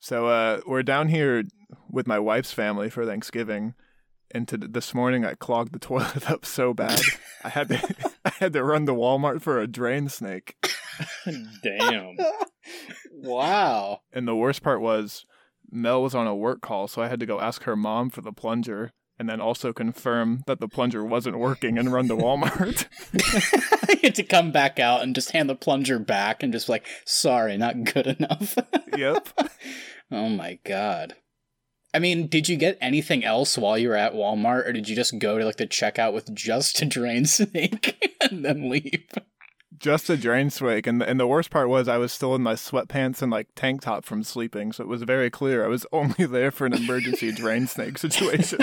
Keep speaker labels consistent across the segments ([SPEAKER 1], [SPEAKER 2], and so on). [SPEAKER 1] So uh, we're down here with my wife's family for Thanksgiving, and to, this morning I clogged the toilet up so bad I had to I had to run to Walmart for a drain snake.
[SPEAKER 2] Damn.
[SPEAKER 3] wow.
[SPEAKER 1] And the worst part was Mel was on a work call, so I had to go ask her mom for the plunger, and then also confirm that the plunger wasn't working and run to Walmart.
[SPEAKER 3] you had to come back out and just hand the plunger back and just like, sorry, not good enough.
[SPEAKER 1] yep.
[SPEAKER 3] oh my god. I mean, did you get anything else while you were at Walmart, or did you just go to like the checkout with just a drain snake and then leave?
[SPEAKER 1] Just a drain snake, and and the worst part was I was still in my sweatpants and like tank top from sleeping, so it was very clear I was only there for an emergency drain snake situation.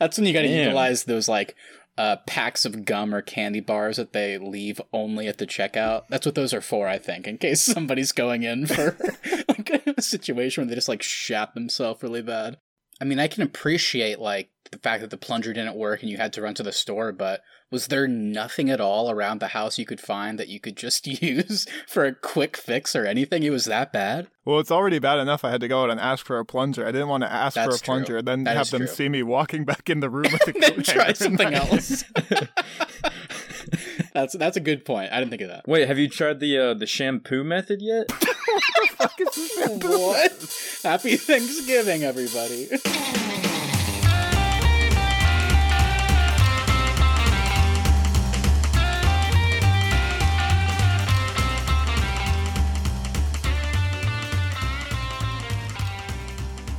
[SPEAKER 3] That's when you got to
[SPEAKER 2] Damn.
[SPEAKER 3] utilize those like uh, packs of gum or candy bars that they leave only at the checkout. That's what those are for, I think, in case somebody's going in for like a situation where they just like shat themselves really bad. I mean, I can appreciate like the fact that the plunger didn't work and you had to run to the store, but was there nothing at all around the house you could find that you could just use for a quick fix or anything? It was that bad?
[SPEAKER 1] Well, it's already bad enough I had to go out and ask for a plunger. I didn't want to ask for
[SPEAKER 3] That's
[SPEAKER 1] a plunger,
[SPEAKER 3] true.
[SPEAKER 1] and then
[SPEAKER 3] That
[SPEAKER 1] have
[SPEAKER 3] is
[SPEAKER 1] them
[SPEAKER 3] true.
[SPEAKER 1] see me walking back in the room with the
[SPEAKER 3] then
[SPEAKER 1] coat
[SPEAKER 3] try
[SPEAKER 1] hanger.
[SPEAKER 3] something else. that's that's a good point. I didn't think of that.
[SPEAKER 2] Wait, have you tried the uh, the shampoo method yet?
[SPEAKER 3] what? Happy Thanksgiving, everybody.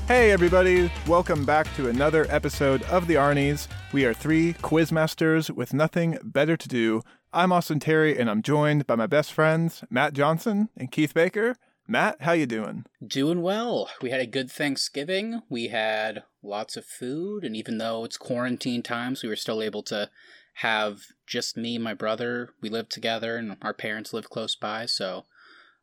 [SPEAKER 1] Hey, everybody! Welcome back to another episode of the Arnies. We are three quizmasters with nothing better to do. I'm Austin Terry, and I'm joined by my best friends Matt Johnson and Keith Baker. Matt, how you doing?
[SPEAKER 3] Doing well. We had a good Thanksgiving. We had lots of food, and even though it's quarantine times, we were still able to have just me and my brother. We lived together, and our parents live close by, so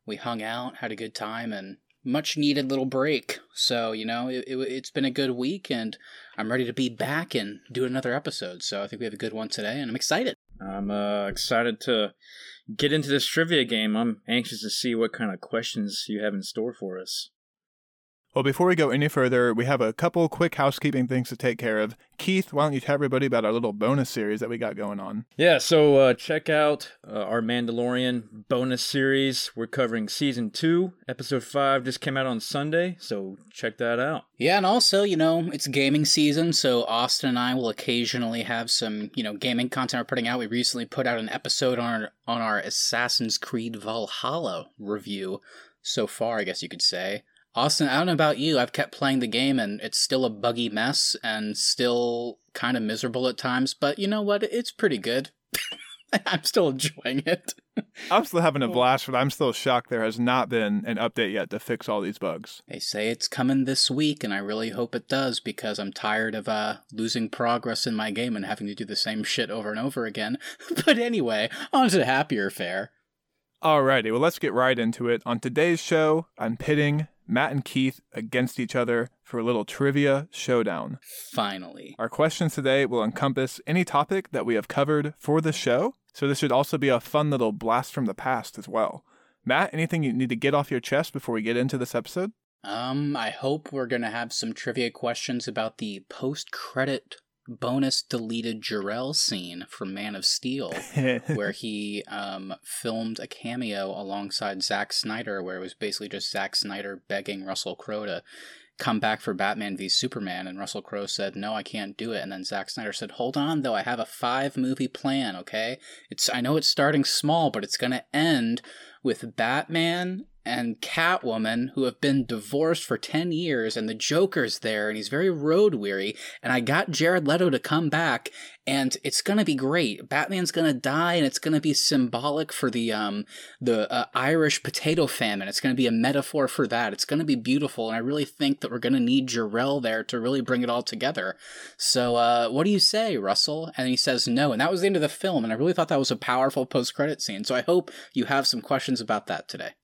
[SPEAKER 3] we hung out, had a good time, and much needed little break. So, you know, it, it, it's been a good week, and I'm ready to be back and do another episode. So, I think we have a good one today, and I'm excited.
[SPEAKER 2] I'm uh, excited to get into this trivia game. I'm anxious to see what kind of questions you have in store for us.
[SPEAKER 1] Well, before we go any further, we have a couple quick housekeeping things to take care of. Keith, why don't you tell everybody about our little bonus series that we got going on?
[SPEAKER 2] Yeah, so uh, check out uh, our Mandalorian bonus series. We're covering season two, episode five just came out on Sunday, so check that out.
[SPEAKER 3] Yeah, and also, you know, it's gaming season, so Austin and I will occasionally have some, you know, gaming content we're putting out. We recently put out an episode on our, on our Assassin's Creed Valhalla review so far, I guess you could say. Austin, I don't know about you. I've kept playing the game and it's still a buggy mess and still kind of miserable at times, but you know what? It's pretty good. I'm still enjoying it.
[SPEAKER 1] I'm still having a blast, but I'm still shocked there has not been an update yet to fix all these bugs.
[SPEAKER 3] They say it's coming this week, and I really hope it does because I'm tired of uh, losing progress in my game and having to do the same shit over and over again. but anyway, on to happier fare.
[SPEAKER 1] Alrighty, well, let's get right into it. On today's show, I'm pitting Matt and Keith against each other for a little trivia showdown.
[SPEAKER 3] Finally.
[SPEAKER 1] Our questions today will encompass any topic that we have covered for the show, so this should also be a fun little blast from the past as well. Matt, anything you need to get off your chest before we get into this episode?
[SPEAKER 3] Um, I hope we're gonna have some trivia questions about the post-credit bonus deleted Jarrell scene from Man of Steel. where he um, filmed a cameo alongside Zack Snyder, where it was basically just Zack Snyder begging Russell Crowe to come back for Batman v Superman, and Russell Crowe said, "No, I can't do it." And then Zack Snyder said, "Hold on, though, I have a five movie plan. Okay, it's I know it's starting small, but it's gonna end with Batman." And Catwoman, who have been divorced for 10 years, and the Joker's there, and he's very road weary. And I got Jared Leto to come back, and it's gonna be great. Batman's gonna die, and it's gonna be symbolic for the um the uh, Irish potato famine. It's gonna be a metaphor for that. It's gonna be beautiful, and I really think that we're gonna need Jarrell there to really bring it all together. So, uh, what do you say, Russell? And he says no, and that was the end of the film. And I really thought that was a powerful post credit scene. So I hope you have some questions about that today.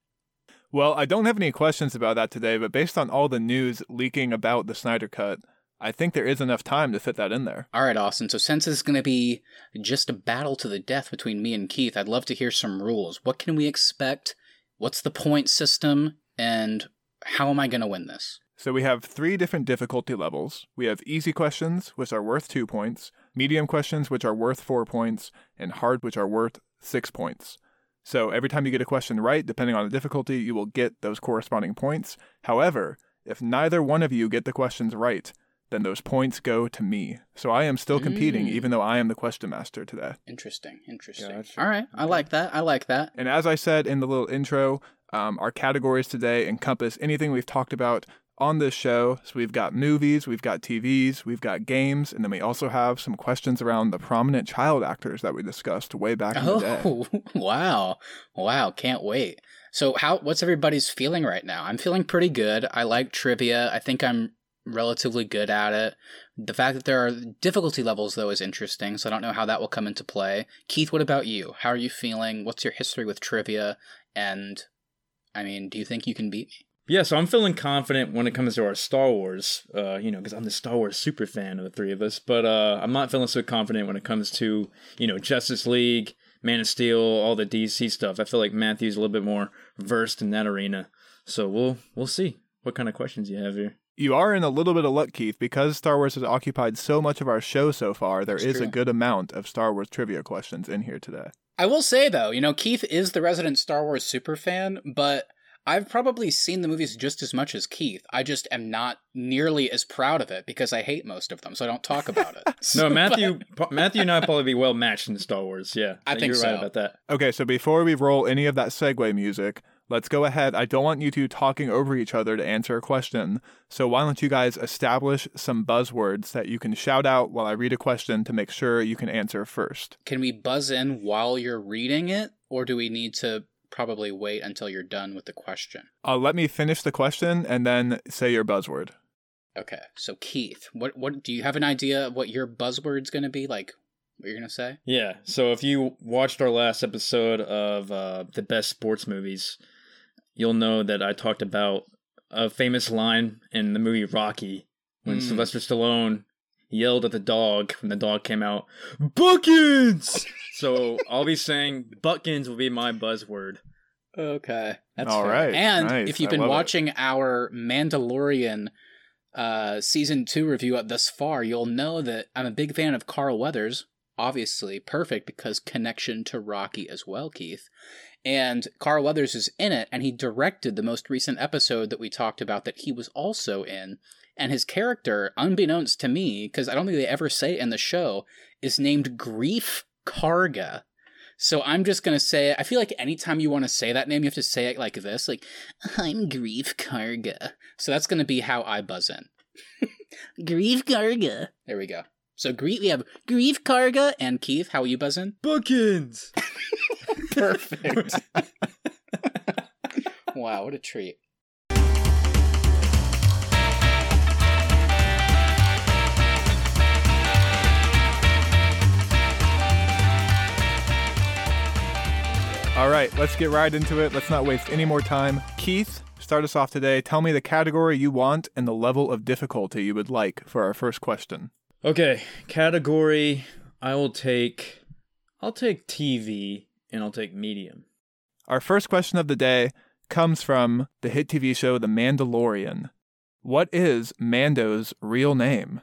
[SPEAKER 1] Well, I don't have any questions about that today, but based on all the news leaking about the Snyder Cut, I think there is enough time to fit that in there.
[SPEAKER 3] All right, Austin. So since this is going to be just a battle to the death between me and Keith, I'd love to hear some rules. What can we expect? What's the point system? And how am I going to win this?
[SPEAKER 1] So we have three different difficulty levels. We have easy questions, which are worth two points, medium questions, which are worth four points, and hard, which are worth six points. So every time you get a question right, depending on the difficulty, you will get those corresponding points. However, if neither one of you get the questions right, then those points go to me. So I am still competing,
[SPEAKER 3] Mm.
[SPEAKER 1] even though I am the question master today.
[SPEAKER 3] Interesting, interesting.
[SPEAKER 2] Gotcha.
[SPEAKER 3] All right, I
[SPEAKER 2] Okay.
[SPEAKER 3] like that. I like that.
[SPEAKER 1] And as I said in the little intro, um, our categories today encompass anything we've talked about on this show. So we've got movies, we've got TVs, we've got games, and then we also have some questions around the prominent child actors that we discussed way back in the day.
[SPEAKER 3] Oh, wow. Wow, can't wait. So how what's everybody's feeling right now? I'm feeling pretty good. I like trivia. I think I'm relatively good at it. The fact that there are difficulty levels though is interesting, so I don't know how that will come into play. Keith, what about you? How are you feeling? What's your history with trivia? And I mean, do you think you can beat me?
[SPEAKER 2] Yeah, so I'm feeling confident when it comes to our Star Wars, uh, you know, because I'm the Star Wars super fan of the three of us. But uh, I'm not feeling so confident when it comes to, you know, Justice League, Man of Steel, all the DC stuff. I feel like Matthew's a little bit more versed in that arena. So we'll we'll see what kind of questions you have here.
[SPEAKER 1] You are in a little bit of luck, Keith, because Star Wars has occupied so much of our show so far. There is
[SPEAKER 3] It's
[SPEAKER 1] a
[SPEAKER 3] true.
[SPEAKER 1] good amount of Star Wars trivia questions in here today.
[SPEAKER 3] I will say though, you know, Keith is the resident Star Wars super fan, but I've probably seen the movies just as much as Keith. I just am not nearly as proud of it because I hate most of them, so I don't talk about it. So,
[SPEAKER 2] No,
[SPEAKER 3] but-
[SPEAKER 2] Matthew, Pa- Matthew and I probably be well matched in Star Wars. Yeah,
[SPEAKER 3] I think
[SPEAKER 2] you're right
[SPEAKER 3] so.
[SPEAKER 2] about that.
[SPEAKER 1] Okay, so before we roll any of that segue music, let's go ahead. I don't want you two talking over each other to answer a question. So why don't you guys establish some buzzwords that you can shout out while I read a question to make sure you can answer first?
[SPEAKER 3] Can we buzz in while you're reading it, or do we need to probably wait until you're done with the question?
[SPEAKER 1] Uh, let me finish the question and then say your buzzword.
[SPEAKER 3] Okay, so Keith, what what do you have an idea of what your buzzword's gonna be? Like what you're gonna say?
[SPEAKER 2] Yeah. So if you watched our last episode of uh, the best sports movies, you'll know that I talked about a famous line in the movie Rocky when
[SPEAKER 1] Hmm.
[SPEAKER 3] Mm.
[SPEAKER 2] Sylvester Stallone yelled at the dog when the dog came out, Buckins! so I'll be saying Buckins will be my buzzword.
[SPEAKER 3] Okay, that's
[SPEAKER 1] All
[SPEAKER 3] all right.
[SPEAKER 1] right,
[SPEAKER 3] And
[SPEAKER 1] nice,
[SPEAKER 3] if you've
[SPEAKER 1] I
[SPEAKER 3] been
[SPEAKER 1] love it.
[SPEAKER 3] watching our Mandalorian uh, season two review up thus far, you'll know that I'm a big fan of Carl Weathers. Obviously, perfect because connection to Rocky as well, Keith. And Carl Weathers is in it, and he directed the most recent episode that we talked about that he was also in. And his character, unbeknownst to me, because I don't think they ever say it in the show, is named Grief Karga. So I'm just gonna say it. I feel like anytime you want to say that name, you have to say it like this, like I'm Grief Karga. So that's gonna be how I buzz in. Grief Karga. There we go. So Grief, we have Grief Karga and Keith. How will you buzz in?
[SPEAKER 2] Buckins!
[SPEAKER 3] Perfect. wow, what a treat.
[SPEAKER 1] All right, let's get right into it. Let's not waste any more time. Keith, start us off today. Tell me the category you want and the level of difficulty you would like for our first question.
[SPEAKER 2] Okay, category I will take I'll take TV and I'll take medium.
[SPEAKER 1] Our first question of the day comes from the hit TV show The Mandalorian. What is Mando's real name?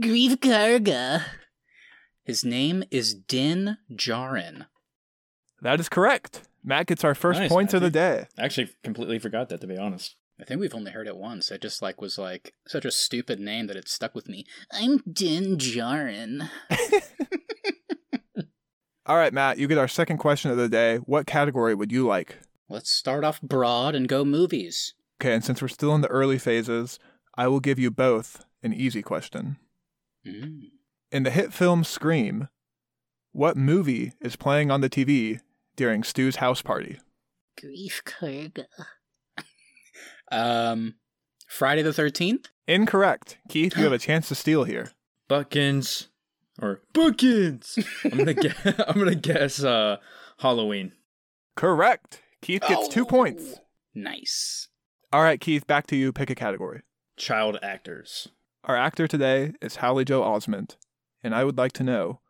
[SPEAKER 3] Grief Karga. His name is Din Djarin.
[SPEAKER 1] That is correct. Matt gets our first
[SPEAKER 2] Nice,
[SPEAKER 1] points of the
[SPEAKER 2] Matthew.
[SPEAKER 1] day.
[SPEAKER 2] I actually completely forgot that to be honest.
[SPEAKER 3] I think we've only heard it once. It just like was like such a stupid name that it stuck with me. I'm Din Djarin.
[SPEAKER 1] All right, Matt, you get our second question of the day. What category would you like?
[SPEAKER 3] Let's start off broad and go movies.
[SPEAKER 1] Okay, and since we're still in the early phases, I will give you both an easy question.
[SPEAKER 3] Mm.
[SPEAKER 1] In the hit film Scream, what movie is playing on the TV during Stu's house party?
[SPEAKER 3] Grief Karga. um, Friday the Thirteenth.
[SPEAKER 1] Incorrect. Keith, you have a chance to steal here.
[SPEAKER 2] Buckins or Buckins. I'm gonna guess. I'm gonna guess uh, Halloween.
[SPEAKER 1] Correct. Keith gets
[SPEAKER 3] Oh.
[SPEAKER 1] two points.
[SPEAKER 3] Nice.
[SPEAKER 1] All right, Keith, back to you. Pick a category.
[SPEAKER 2] Child actors.
[SPEAKER 1] Our actor today is Haley Joe Osment, and I would like to know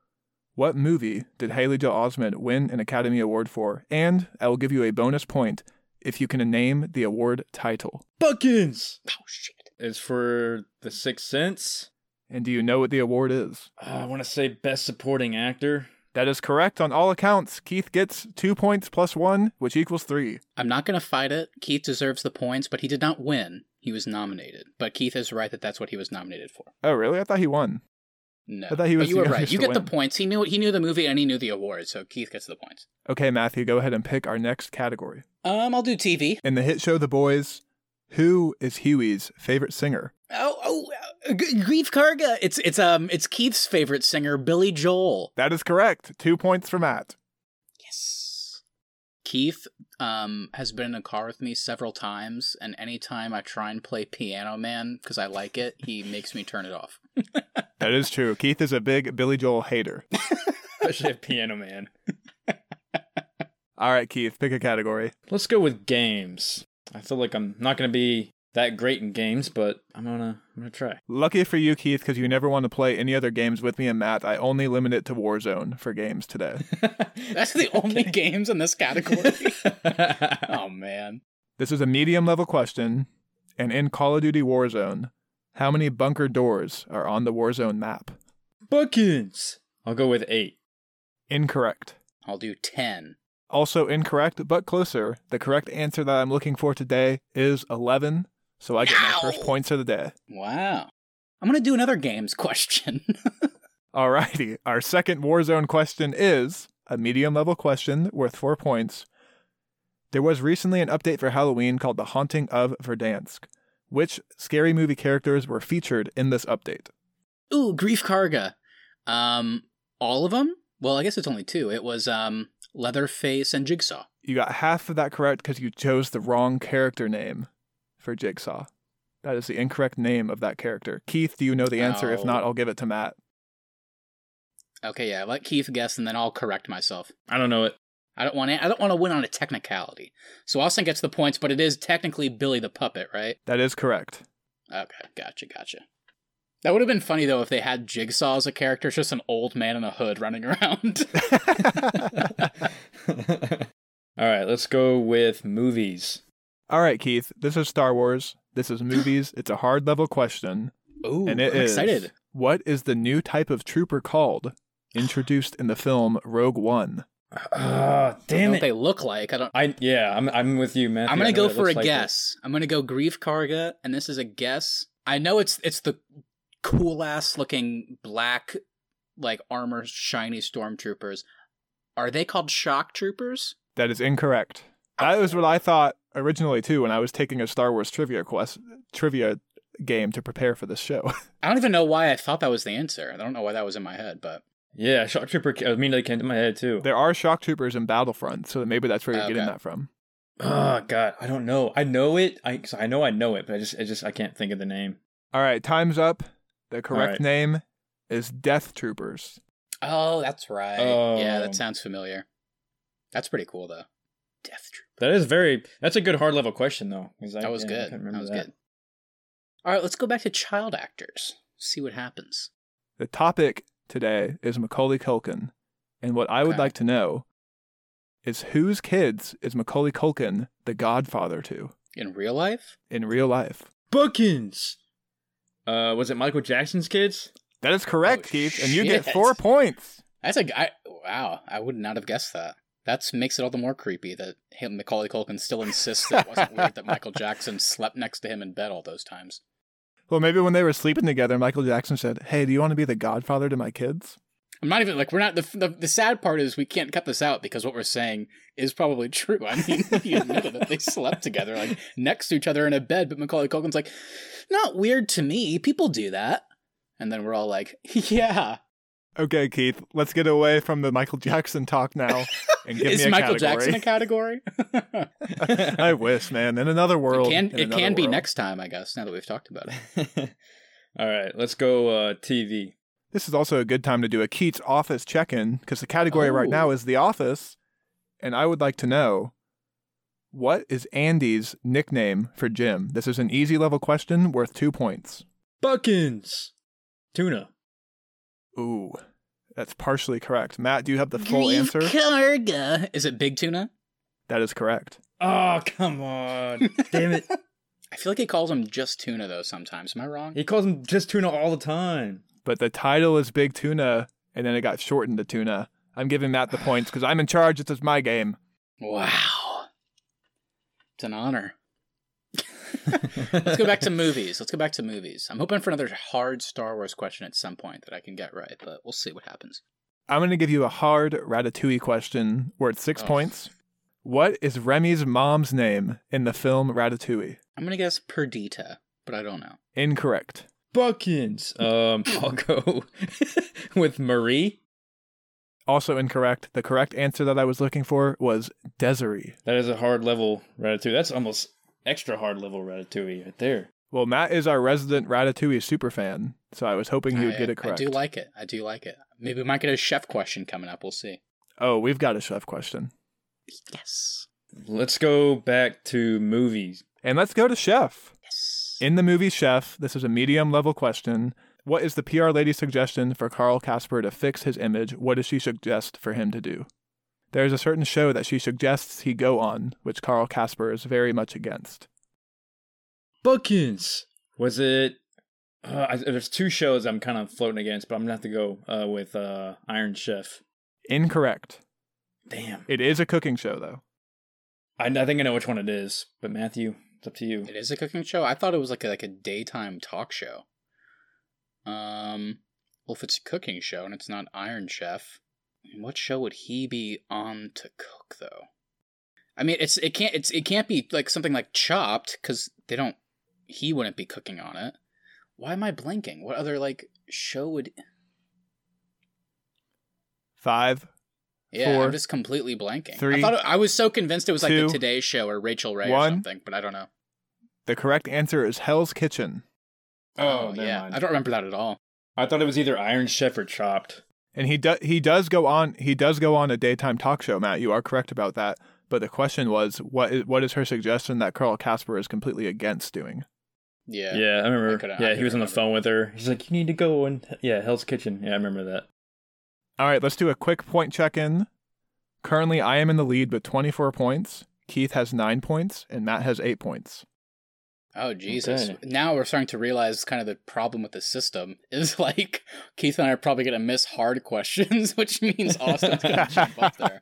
[SPEAKER 1] what movie did Haley Joe Osment win an Academy Award for? And I will give you a bonus point if you can name the award title.
[SPEAKER 2] Buckins.
[SPEAKER 3] Oh shit.
[SPEAKER 2] It's for The Sixth Sense.
[SPEAKER 1] And do you know what the award is?
[SPEAKER 2] Uh, I want to say Best Supporting Actor.
[SPEAKER 1] That is correct on all accounts. Keith gets two points plus one, which equals three.
[SPEAKER 3] I'm not going to fight it. Keith deserves the points, but he did not win. He was nominated. But Keith is right that that's what he was nominated for.
[SPEAKER 1] Oh, really? I thought he won.
[SPEAKER 3] No.
[SPEAKER 1] I thought he was
[SPEAKER 3] but you
[SPEAKER 1] the
[SPEAKER 3] were
[SPEAKER 1] youngest
[SPEAKER 3] right. You
[SPEAKER 1] to
[SPEAKER 3] get the
[SPEAKER 1] win.
[SPEAKER 3] points. He knew he knew the movie and he knew the award, so Keith gets the points.
[SPEAKER 1] Okay, Matthew, go ahead and pick our next category.
[SPEAKER 3] Um, I'll do TV.
[SPEAKER 1] In the hit show The Boys, who is Huey's favorite singer?
[SPEAKER 3] Oh, oh, uh, G- Grief Karga. It's it's um it's Keith's favorite singer, Billy Joel.
[SPEAKER 1] That is correct. Two points for Matt.
[SPEAKER 3] Yes. Keith um, has been in a car with me several times, and anytime I try and play Piano Man because I like it, he makes me turn it off.
[SPEAKER 1] That is true. Keith is a big Billy Joel hater.
[SPEAKER 2] Especially Piano Man.
[SPEAKER 1] All right, Keith, pick a category.
[SPEAKER 2] Let's go with games. I feel like I'm not gonna be that great in games, but I'm gonna I'm gonna try.
[SPEAKER 1] Lucky for you, Keith, because you never want to play any other games with me and Matt. I only limit it to Warzone for games today.
[SPEAKER 3] That's the only games in this category. oh man.
[SPEAKER 1] This is a medium level question, and in Call of Duty Warzone, how many bunker doors are on the Warzone map?
[SPEAKER 2] Buckins. I'll go with eight.
[SPEAKER 1] Incorrect.
[SPEAKER 3] I'll do 10.
[SPEAKER 1] Also incorrect, but closer. The correct answer that I'm looking for today is 11, so I get my
[SPEAKER 3] Ow.
[SPEAKER 1] first points of the day.
[SPEAKER 3] Wow. I'm going to do another games question.
[SPEAKER 1] Alrighty, our second Warzone question is a medium level question worth four points. There was recently an update for Halloween called The Haunting of Verdansk. Which scary movie characters were featured in this update?
[SPEAKER 3] Ooh, Grief Karga. Um, all of them? Well, I guess it's only two. It was um, Leatherface and Jigsaw.
[SPEAKER 1] You got half of that correct because you chose the wrong character name for Jigsaw. That is the incorrect name of that character. Keith, do you know the answer? If
[SPEAKER 3] Oh.
[SPEAKER 1] not, I'll give it to Matt.
[SPEAKER 3] Okay, yeah. Let Keith guess, and then I'll correct myself.
[SPEAKER 2] I don't know it.
[SPEAKER 3] I don't want to. I don't want to win on a technicality. So Austin gets the points, but it is technically Billy the puppet, right?
[SPEAKER 1] That is correct.
[SPEAKER 3] Okay, gotcha, gotcha. That would have been funny though if they had Jigsaw as a character, it's just an old man in a hood running around.
[SPEAKER 2] All right, let's go with movies.
[SPEAKER 1] All right, Keith, this is Star Wars. This is movies. it's a hard level question.
[SPEAKER 3] Ooh,
[SPEAKER 1] and it
[SPEAKER 3] I'm
[SPEAKER 1] is,
[SPEAKER 3] excited.
[SPEAKER 1] What is the new type of trooper called? Introduced in the film Rogue One.
[SPEAKER 2] Ah,
[SPEAKER 3] I know
[SPEAKER 2] damn
[SPEAKER 3] what they
[SPEAKER 2] it.
[SPEAKER 3] look like. I don't.
[SPEAKER 2] I yeah, I'm I'm with you, man.
[SPEAKER 3] I'm gonna go for a guess. I'm gonna go Grief Karga, and this is a guess. I know it's it's the cool ass looking black, like armor shiny stormtroopers. Are they called shock troopers?
[SPEAKER 1] That is incorrect. That was what I thought originally too when I was taking a Star Wars trivia quest trivia game to prepare for this show.
[SPEAKER 3] I don't even know why I thought that was the answer. I don't know why that was in my head, but
[SPEAKER 2] Yeah, Shock Trooper ca- uh, immediately came to my head too.
[SPEAKER 1] there are shock troopers in Battlefront, so maybe that's where you're getting
[SPEAKER 3] Okay.
[SPEAKER 1] that from.
[SPEAKER 2] Oh god, I don't know. I know it. I 'cause I know I know it, but I just I just I can't think of the name.
[SPEAKER 1] All right, time's up. The correct
[SPEAKER 2] right.
[SPEAKER 1] name is Death Troopers.
[SPEAKER 3] Oh, that's right. yeah,
[SPEAKER 2] Um,
[SPEAKER 3] that sounds familiar. That's pretty cool though. Death Troop.
[SPEAKER 2] That is very. That's a good hard level question though. 'cause I-
[SPEAKER 3] That was
[SPEAKER 2] yeah, I
[SPEAKER 3] good.
[SPEAKER 2] couldn't
[SPEAKER 3] That
[SPEAKER 2] remember
[SPEAKER 3] was good. All right, let's go back to child actors. See what happens.
[SPEAKER 1] The topic today is Macaulay Culkin, and what I would
[SPEAKER 3] Okay.
[SPEAKER 1] like to know is whose kids is Macaulay Culkin the godfather to
[SPEAKER 3] In real life?
[SPEAKER 1] in real life?
[SPEAKER 2] Bookins. Uh, was it Michael Jackson's kids?
[SPEAKER 1] That is correct,
[SPEAKER 3] Oh,
[SPEAKER 1] Keith, and you get
[SPEAKER 3] shit.
[SPEAKER 1] four points.
[SPEAKER 3] That's a guy. Wow, I would not have guessed that. That's makes it all the more creepy that him, Macaulay Culkin still insists that it wasn't weird that Michael Jackson slept next to him in bed all those times.
[SPEAKER 1] Well, maybe when they were sleeping together, Michael Jackson said, "Hey, do you want to be the godfather to my kids?"
[SPEAKER 3] I'm not even like we're not the, the the sad part is we can't cut this out because what we're saying is probably true. I mean, he admitted that they slept together like next to each other in a bed, but Macaulay Culkin's like, not weird to me. People do that, and then we're all like, yeah.
[SPEAKER 1] Okay, Keith, let's get away from the Michael Jackson talk now and give
[SPEAKER 3] is
[SPEAKER 1] me a
[SPEAKER 3] Michael Jackson a
[SPEAKER 1] category.
[SPEAKER 3] category?
[SPEAKER 1] I wish, man. In another world,
[SPEAKER 3] it can
[SPEAKER 1] in
[SPEAKER 3] it
[SPEAKER 1] another
[SPEAKER 3] can be
[SPEAKER 1] world.
[SPEAKER 3] next time, I guess. Now that we've talked about it.
[SPEAKER 2] All right, let's go uh, TV.
[SPEAKER 1] This is also a good time to do a Keats office check in because the category right
[SPEAKER 3] Oh.
[SPEAKER 1] now is The Office. And I would like to know what is Andy's nickname for Jim? This is an easy level question worth two points.
[SPEAKER 2] Buckins. Tuna.
[SPEAKER 1] Ooh, that's partially correct. Matt, do you have the full answer?
[SPEAKER 3] Karga. Is it Big Tuna?
[SPEAKER 1] That is correct.
[SPEAKER 2] Oh, come on. Damn it.
[SPEAKER 3] I feel like he calls him just tuna though sometimes. Am I wrong?
[SPEAKER 2] He calls him just tuna all the time.
[SPEAKER 1] But the title is Big Tuna, and then it got shortened to Tuna. I'm giving Matt the points because I'm in charge. This is my game.
[SPEAKER 3] Wow. It's an honor. Let's go back to movies. Let's go back to movies. I'm hoping for another hard Star Wars question at some point that I can get right, but we'll see what happens.
[SPEAKER 1] I'm going to give you a hard Ratatouille question. We're at six
[SPEAKER 3] Oh.
[SPEAKER 1] points. What is Remy's mom's name in the film Ratatouille?
[SPEAKER 3] I'm gonna guess Perdita, but I don't know.
[SPEAKER 1] Incorrect.
[SPEAKER 2] Buckins. Um, I'll go with Marie.
[SPEAKER 1] Also incorrect. The correct answer that I was looking for was Desiree.
[SPEAKER 2] That is a hard level ratatouille. That's almost extra hard level ratatouille right there.
[SPEAKER 1] Well, Matt is our resident Ratatouille superfan, so I was hoping he would
[SPEAKER 3] I,
[SPEAKER 1] get it correct.
[SPEAKER 3] I do like it. I do like it. Maybe we might get a chef question coming up. We'll see.
[SPEAKER 1] oh, we've got a chef question.
[SPEAKER 3] Yes.
[SPEAKER 2] Let's go back to movies.
[SPEAKER 1] And let's go to chef.
[SPEAKER 3] Yes.
[SPEAKER 1] In the movie Chef, this is a medium level question. What is the PR lady's suggestion for Carl Casper to fix his image? What does she suggest for him to do? There is a certain show that she suggests he go on, which Carl Casper is very much against.
[SPEAKER 2] Buckins. Was it? Uh, I, there's two shows I'm kind of floating against, but I'm gonna have to go uh, with uh, Iron Chef.
[SPEAKER 1] Incorrect.
[SPEAKER 2] Damn.
[SPEAKER 1] It is a cooking show, though.
[SPEAKER 2] I, I think I know which one it is, but Matthew, it's up to you.
[SPEAKER 3] It is a cooking show. I thought it was like a, like a daytime talk show. Um, well, if it's a cooking show and it's not Iron Chef, I mean, what show would he be on to cook though? I mean, it's it can't it's it can't be like something like Chopped because they don't. He wouldn't be cooking on it. Why am I blanking? What other like show would?
[SPEAKER 1] Five.
[SPEAKER 3] Yeah,
[SPEAKER 1] Four,
[SPEAKER 3] I'm just completely blanking.
[SPEAKER 1] three,
[SPEAKER 3] I thought it, I was so convinced it was like
[SPEAKER 1] two,
[SPEAKER 3] the Today Show or Rachel Ray
[SPEAKER 1] one.
[SPEAKER 3] or something, but I don't know.
[SPEAKER 1] The correct answer is Hell's Kitchen.
[SPEAKER 2] Oh, never
[SPEAKER 3] yeah,
[SPEAKER 2] mind.
[SPEAKER 3] I don't remember that at all.
[SPEAKER 2] I thought it was either Iron Chef or Chopped.
[SPEAKER 1] And he do- he does go on he does go on a daytime talk show, Matt. You are correct about that. But the question was, what is, what is her suggestion that Carl Casper is completely against doing?
[SPEAKER 3] Yeah.
[SPEAKER 2] Yeah, I remember.
[SPEAKER 3] I coulda- I
[SPEAKER 2] yeah, he
[SPEAKER 3] coulda
[SPEAKER 2] was on the
[SPEAKER 3] remembered.
[SPEAKER 2] phone with her. He's like, "You need to go and yeah, Hell's Kitchen." Yeah, I remember that.
[SPEAKER 1] All right, let's do a quick point check in. Currently, I am in the lead with 24 points. Keith has nine points, and Matt has eight points.
[SPEAKER 3] Oh Jesus!
[SPEAKER 2] Okay.
[SPEAKER 3] Now we're starting to realize kind of the problem with the system is like Keith and I are probably going to miss hard questions, which means Austin's going to jump up there.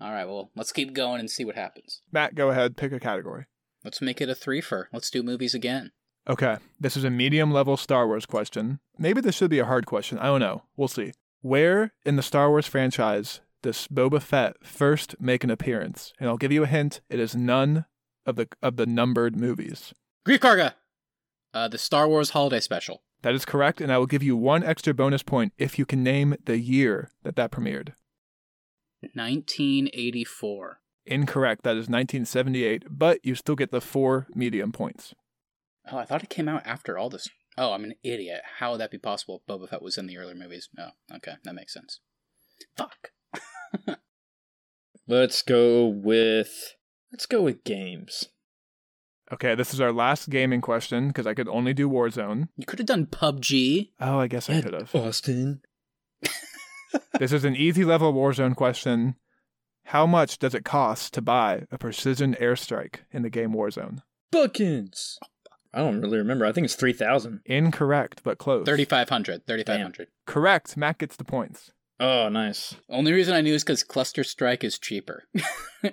[SPEAKER 3] All right, well, let's keep going and see what happens.
[SPEAKER 1] Matt, go ahead, pick a category.
[SPEAKER 3] Let's make it a threefer. Let's do movies again.
[SPEAKER 1] Okay, this is a medium level Star Wars question. Maybe this should be a hard question. I don't know. We'll see. Where in the Star Wars franchise does Boba Fett first make an appearance? And I'll give you a hint: it is none of the of the numbered movies.
[SPEAKER 3] Grief Karga, uh, the Star Wars Holiday Special.
[SPEAKER 1] That is correct, and I will give you one extra bonus point if you can name the year that that premiered.
[SPEAKER 3] 1984.
[SPEAKER 1] Incorrect. That is 1978, but you still get the four medium points.
[SPEAKER 3] Oh, I thought it came out after all this. Oh, I'm an idiot. How would that be possible? if Boba Fett was in the earlier movies. No, okay, that makes sense. Fuck.
[SPEAKER 2] Let's go with let's go with games.
[SPEAKER 1] Okay, this is our last gaming question because I could only do Warzone.
[SPEAKER 3] You could have done PUBG.
[SPEAKER 1] Oh, I guess I could have.
[SPEAKER 2] Austin.
[SPEAKER 1] this is an easy level Warzone question. How much does it cost to buy a precision airstrike in the game Warzone?
[SPEAKER 2] Buckins. I don't really remember. I think it's three thousand.
[SPEAKER 1] Incorrect, but close.
[SPEAKER 3] 3,500. 3,500.
[SPEAKER 1] Correct. Matt gets the points.
[SPEAKER 2] Oh, nice.
[SPEAKER 3] Only reason I knew is because Cluster Strike is cheaper. well,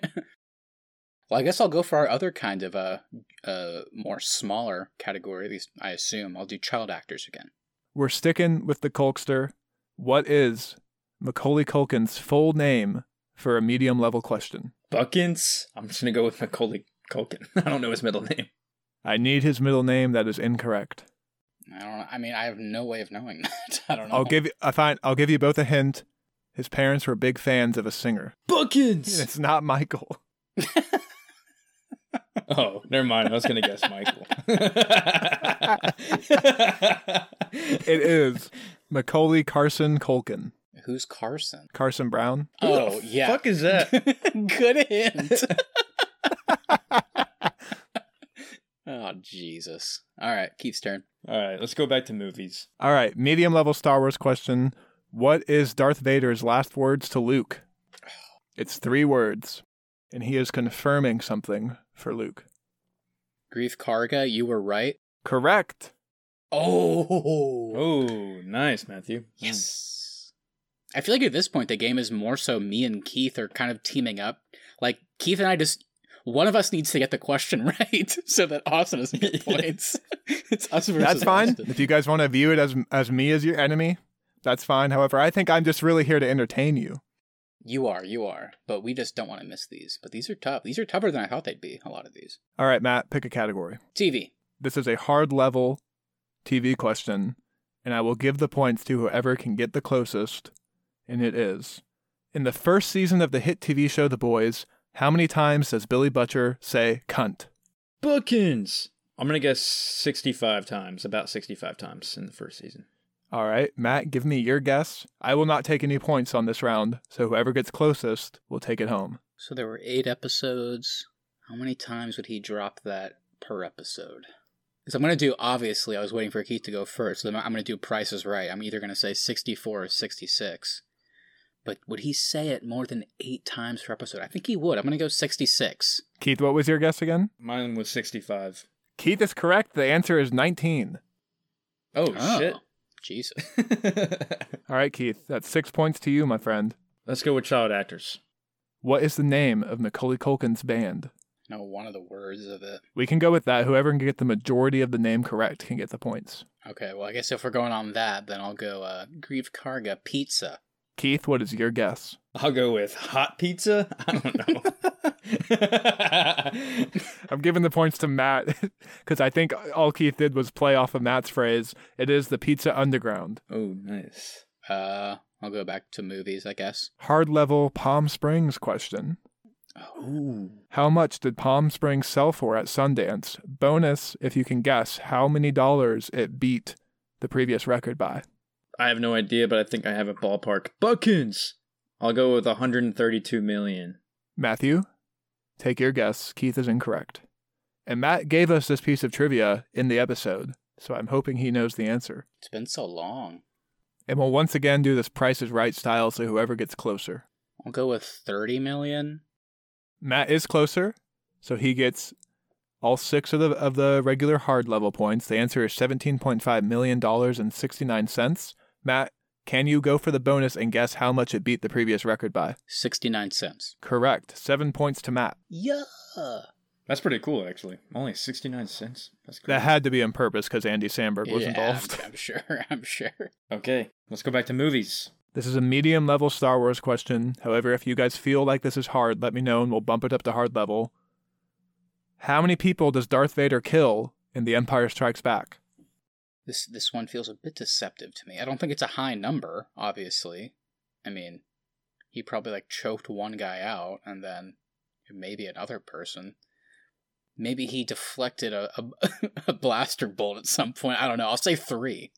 [SPEAKER 3] I guess I'll go for our other kind of a uh, uh, more smaller category. At least I assume I'll do child actors again.
[SPEAKER 1] We're sticking with the Colkster. What is Macaulay Culkin's full name for a medium level question?
[SPEAKER 2] Buckins. I'm just gonna go with Macaulay Culkin. I don't know his middle name.
[SPEAKER 1] I need his middle name. That is incorrect.
[SPEAKER 3] I don't. know. I mean, I have no way of knowing that. I don't know.
[SPEAKER 1] I'll give you. I find. I'll give you both a hint. His parents were big fans of a singer.
[SPEAKER 2] Buckins.
[SPEAKER 1] It's not Michael.
[SPEAKER 2] oh, never mind. I was gonna guess Michael.
[SPEAKER 1] It is Macaulay Carson Culkin.
[SPEAKER 3] Who's Carson?
[SPEAKER 1] Carson Brown.
[SPEAKER 3] Oh yeah.
[SPEAKER 2] Fuck is that?
[SPEAKER 3] Good hint. oh Jesus! All right, Keith's turn.
[SPEAKER 2] All right, let's go back to movies.
[SPEAKER 1] All right, medium level Star Wars question. What is Darth Vader's last words to Luke? It's three words. and he is confirming something for Luke.
[SPEAKER 3] Grief Karga, you were right.
[SPEAKER 1] Correct.
[SPEAKER 3] Oh.
[SPEAKER 2] Oh, nice, Matthew.
[SPEAKER 1] Hmm.
[SPEAKER 3] Yes. I feel like at this point the game is more so me and Keith are kind of teaming up. Like Keith and I just one of us needs to get the question right so that Austin doesn't get points. it's us versus
[SPEAKER 1] That's fine.
[SPEAKER 3] Austin.
[SPEAKER 1] If you guys want to view it as as me as your enemy, that's fine. However, I think I'm just really here to entertain you.
[SPEAKER 3] You are, you are. But we just don't want to miss these. But these are tough. These are tougher than I thought they'd be, a lot of these.
[SPEAKER 1] All right, Matt, pick a category.
[SPEAKER 3] TV.
[SPEAKER 1] This is a hard level TV question, and I will give the points to whoever can get the closest, and it is. In the first season of the hit TV show The Boys, how many times does Billy Butcher say cunt?
[SPEAKER 2] Bookins. Hmm. I'm gonna guess 65 times, about 65 times in the first season.
[SPEAKER 1] All right, Matt, give me your guess. I will not take any points on this round, so whoever gets closest will take it home.
[SPEAKER 3] So there were eight episodes. How many times would he drop that per episode? Because I'm going to do, obviously, I was waiting for Keith to go first. So I'm going to do Price is Right. I'm either going to say 64 or 66. But would he say it more than eight times per episode? I think he would. I'm going to go 66.
[SPEAKER 1] Keith, what was your guess again?
[SPEAKER 2] Mine was 65.
[SPEAKER 1] Keith is correct. The answer is 19.
[SPEAKER 2] Oh, shit.
[SPEAKER 3] Jesus.
[SPEAKER 1] All right, Keith, that's six points to you, my friend.
[SPEAKER 2] Let's go with child actors.
[SPEAKER 1] What is the name of Macaulay Culkin's band?
[SPEAKER 3] no, one of the words of it.
[SPEAKER 1] We can go with that. Whoever can get the majority of the name correct can get the points.
[SPEAKER 3] Okay, well, I guess if we're going on that, then I'll go uh, Grieve Karga Pizza.
[SPEAKER 1] Keith, what is your guess?
[SPEAKER 2] I'll go with hot pizza. I don't know.
[SPEAKER 1] I'm giving the points to Matt because I think all Keith did was play off of Matt's phrase. It is the Pizza Underground.
[SPEAKER 2] oh, nice.
[SPEAKER 3] Uh, I'll go back to movies, I guess.
[SPEAKER 1] Hard level Palm Springs question.
[SPEAKER 3] Oh,
[SPEAKER 2] Ooh.
[SPEAKER 1] How much did Palm Springs sell for at Sundance? Bonus if you can guess how many dollars it beat the previous record by.
[SPEAKER 2] I have no idea, but I think I have a ballpark. Buckins. I'll go with 132 million.
[SPEAKER 1] Matthew, take your guess. Keith is incorrect. And Matt gave us this piece of trivia in the episode, so I'm hoping he knows the answer.
[SPEAKER 3] It's been so long.
[SPEAKER 1] And we'll once again do this price is right style, so whoever gets closer.
[SPEAKER 3] I'll go with 30 million.
[SPEAKER 1] Matt is closer, so he gets all six of the of the regular hard level points. The answer is seventeen point five million dollars and sixty nine cents. Matt, can you go for the bonus and guess how much it beat the previous record by?
[SPEAKER 3] 69 cents.
[SPEAKER 1] Correct. Seven points to Matt.
[SPEAKER 3] Yeah.
[SPEAKER 2] That's pretty cool, actually. Only 69 cents. That's cool.
[SPEAKER 1] That had to be on purpose because Andy Samberg was
[SPEAKER 3] Yeah,
[SPEAKER 1] involved.
[SPEAKER 3] I'm, I'm sure. I'm sure.
[SPEAKER 2] okay, let's go back to movies.
[SPEAKER 1] This is a medium level Star Wars question. However, if you guys feel like this is hard, let me know and we'll bump it up to hard level. How many people does Darth Vader kill in The Empire Strikes Back?
[SPEAKER 3] This this one feels a bit deceptive to me. I don't think it's a high number, obviously. I mean, he probably like choked one guy out and then maybe another person. Maybe he deflected a, a, a blaster bolt at some point. I don't know. I'll say three.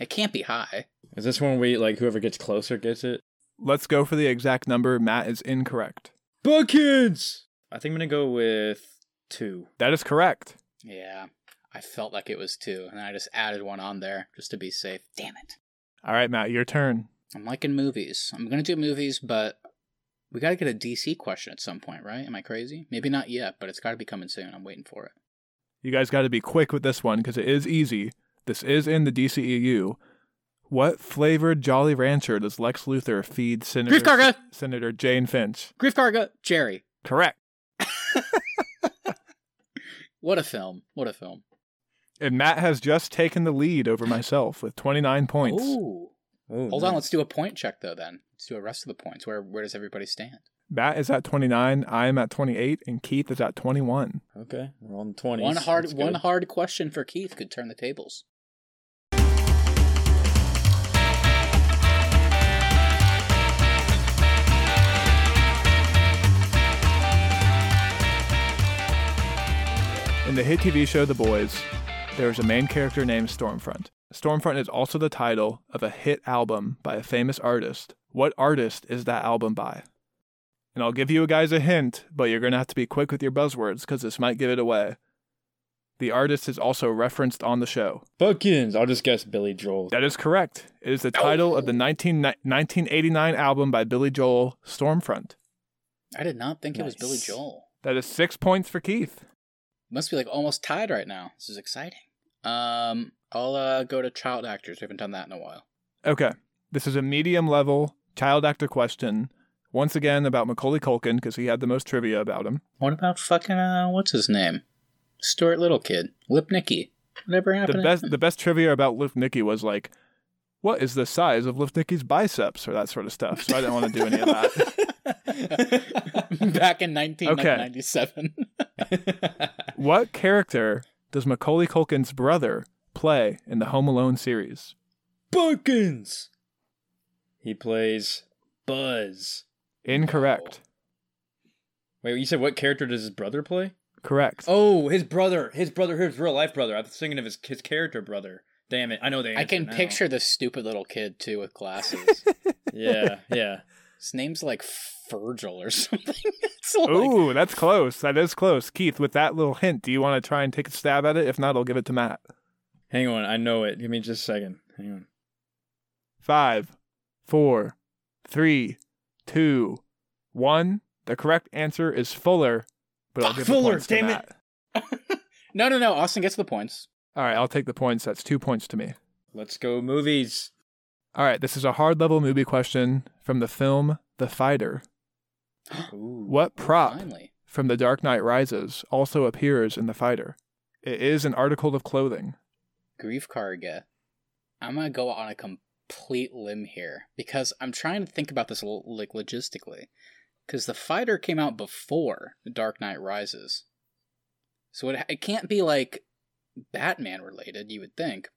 [SPEAKER 3] It can't be high.
[SPEAKER 2] Is this one we like whoever gets closer gets it?
[SPEAKER 1] Let's go for the exact number. Matt is incorrect.
[SPEAKER 2] Buckins. I think I'm gonna go with two.
[SPEAKER 1] That is correct.
[SPEAKER 3] Yeah. I felt like it was two, and I just added one on there just to be safe. Damn it.
[SPEAKER 1] All right, Matt, your turn.
[SPEAKER 3] I'm liking movies. I'm gonna do movies, but we gotta get a DC question at some point, right? Am I crazy? Maybe not yet, but it's gotta be coming soon. I'm waiting for it.
[SPEAKER 1] You guys got to be quick with this one because it is easy. This is in the DCEU. What flavored Jolly Rancher does Lex Luthor feed
[SPEAKER 3] Grief
[SPEAKER 1] Senator,
[SPEAKER 3] Karga!
[SPEAKER 1] Senator Jane Finch?
[SPEAKER 3] Grief Karga, Jerry.
[SPEAKER 1] Correct.
[SPEAKER 3] What a film. What a film.
[SPEAKER 1] And Matt has just taken the lead over myself with 29 points.
[SPEAKER 3] Ooh.
[SPEAKER 2] Oh,
[SPEAKER 3] Hold on, let's do a point check though then. Let's do a rest of the points. Where where does everybody stand?
[SPEAKER 1] Matt is at 29, I am at 28, and Keith is at 21.
[SPEAKER 2] Okay, we're on twenty.
[SPEAKER 3] One hard one hard question for Keith could turn the tables.
[SPEAKER 1] In the hit TV show The Boys, there is a main character named Stormfront. Stormfront is also the title of a hit album by a famous artist. What artist is that album by? And I'll give you guys a hint, but you're going to have to be quick with your buzzwords because this might give it away. The artist is also referenced on the show.
[SPEAKER 2] Buckins. I'll just guess Billy Joel.
[SPEAKER 1] That is correct. It is the title of the 19, 1989 album by Billy Joel, Stormfront.
[SPEAKER 3] I did not think it was Billy
[SPEAKER 2] Nice.
[SPEAKER 3] Joel.
[SPEAKER 1] That is six points for Keith.
[SPEAKER 3] Must be like almost tied right now. This is exciting. Um, I'll uh, go to child actors. We haven't done that in a while.
[SPEAKER 1] Okay. This is a medium level child actor question. Once again about Macaulay Culkin because he had the most trivia about him.
[SPEAKER 3] What about fucking uh, what's his name? Stuart Little Kid, Lipnicki. Whatever happened?
[SPEAKER 1] The
[SPEAKER 3] to
[SPEAKER 1] best
[SPEAKER 3] him?
[SPEAKER 1] the best trivia about Lipnicki was like, what is the size of Lipnicki's biceps or that sort of stuff. So I didn't want to do any of that.
[SPEAKER 3] Back in 1997.
[SPEAKER 1] What character does Macaulay Culkin's brother play in the Home Alone series?
[SPEAKER 2] Bunkins. He plays Buzz.
[SPEAKER 1] Incorrect.
[SPEAKER 2] Wait, you said what character does his brother play?
[SPEAKER 1] Correct.
[SPEAKER 2] Oh, his brother, his brother, his real life brother. I was thinking of his his character brother. Damn it, I know the answer.
[SPEAKER 3] I can
[SPEAKER 2] now.
[SPEAKER 3] picture this stupid little kid too with glasses.
[SPEAKER 2] Yeah, yeah.
[SPEAKER 3] his name's like Virgil or something. it's like,
[SPEAKER 1] Ooh, that's close. That is close. Keith, with that little hint, do you want to try and take a stab at it? If not, I'll give it to Matt.
[SPEAKER 2] Hang on, I know it. Give me just a second. Hang on.
[SPEAKER 1] Five, four, three, two, one. The correct answer is Fuller, but I'll
[SPEAKER 2] Fuck,
[SPEAKER 1] give the
[SPEAKER 2] Ah, Fuller,
[SPEAKER 1] points to
[SPEAKER 2] damn it.
[SPEAKER 1] Matt.
[SPEAKER 3] no, no, no. Austin gets the points.
[SPEAKER 1] All right, I'll take the points. That's two points to me.
[SPEAKER 2] Let's go movies.
[SPEAKER 1] All right, this is a hard level movie question from the film The Fighter.
[SPEAKER 2] Ooh.
[SPEAKER 1] What prop
[SPEAKER 3] Finally.
[SPEAKER 1] from The Dark Knight Rises also appears in The Fighter? It is an article of clothing.
[SPEAKER 3] Grief Karga. I'm gonna go on a complete limb here because I'm trying to think about this lo- like logistically. Because the fighter came out before The Dark Knight Rises, so it, it can't be like Batman related. You would think.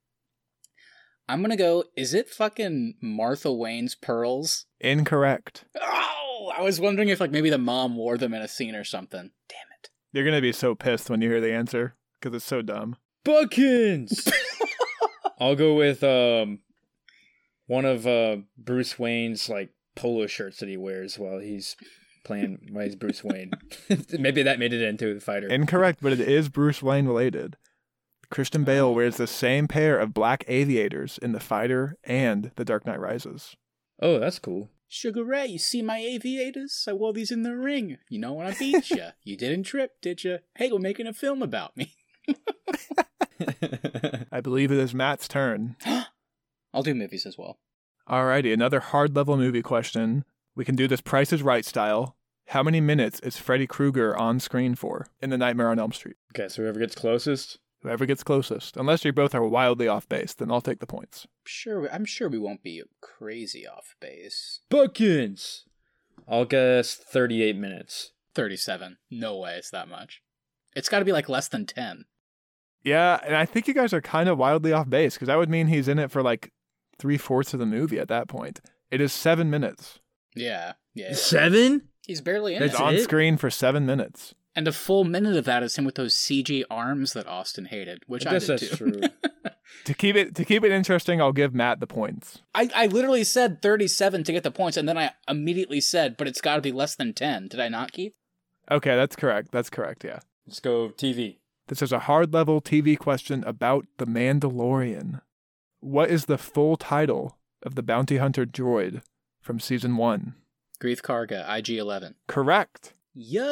[SPEAKER 3] I'm gonna go. Is it fucking Martha Wayne's pearls?
[SPEAKER 1] Incorrect.
[SPEAKER 3] Oh, I was wondering if like maybe the mom wore them in a scene or something. Damn it.
[SPEAKER 1] You're going to be so pissed when you hear the answer because it's so dumb.
[SPEAKER 2] Buckins. I'll go with um one of uh Bruce Wayne's like polo shirts that he wears while he's playing while he's Bruce Wayne. Maybe that made it into the fighter.
[SPEAKER 1] Incorrect, but it is Bruce Wayne related. Christian Bale wears the same pair of black aviators in The Fighter and The Dark Knight Rises.
[SPEAKER 2] oh, that's cool.
[SPEAKER 3] Sugar Ray, you see my aviators? I wore these in the ring. You know when I beat ya. You didn't trip, did ya? Hey, we're making a film about me.
[SPEAKER 1] I believe it is Matt's turn.
[SPEAKER 3] I'll do movies as well.
[SPEAKER 1] Alrighty, another hard level movie question. We can do this Price is Right style. How many minutes is Freddy Krueger on screen for in The Nightmare on Elm Street?
[SPEAKER 2] okay, so whoever gets closest.
[SPEAKER 1] Whoever gets closest, unless you both are wildly off base, then I'll take the points.
[SPEAKER 3] Sure, I'm sure we won't be crazy off base.
[SPEAKER 2] Buckins. I'll guess 38 minutes.
[SPEAKER 3] 37. No way it's that much. It's got to be like less than 10.
[SPEAKER 1] Yeah, and I think you guys are kind of wildly off base because that would mean he's in it for like three fourths of the movie at that point. It is seven minutes.
[SPEAKER 3] Yeah, yeah.
[SPEAKER 2] Seven?
[SPEAKER 3] He's barely in
[SPEAKER 1] It's
[SPEAKER 2] That's
[SPEAKER 3] it.
[SPEAKER 1] on
[SPEAKER 2] it?
[SPEAKER 1] screen for seven minutes.
[SPEAKER 3] And a full minute of that is him with those CG arms that Austin hated, which
[SPEAKER 2] I
[SPEAKER 3] I,
[SPEAKER 2] guess
[SPEAKER 3] did
[SPEAKER 2] that's
[SPEAKER 3] too.
[SPEAKER 2] true.
[SPEAKER 1] To keep it to keep it interesting, I'll give Matt the points.
[SPEAKER 3] I, I literally said 37 to get the points, and then I immediately said, but it's got to be less than 10. Did I not, Keith?
[SPEAKER 1] Okay, that's correct. That's correct. Yeah.
[SPEAKER 2] Let's go TV.
[SPEAKER 1] This is a hard level TV question about the Mandalorian. What is the full title of the bounty hunter droid from season one?
[SPEAKER 3] Grief Karga, IG-11.
[SPEAKER 1] Correct.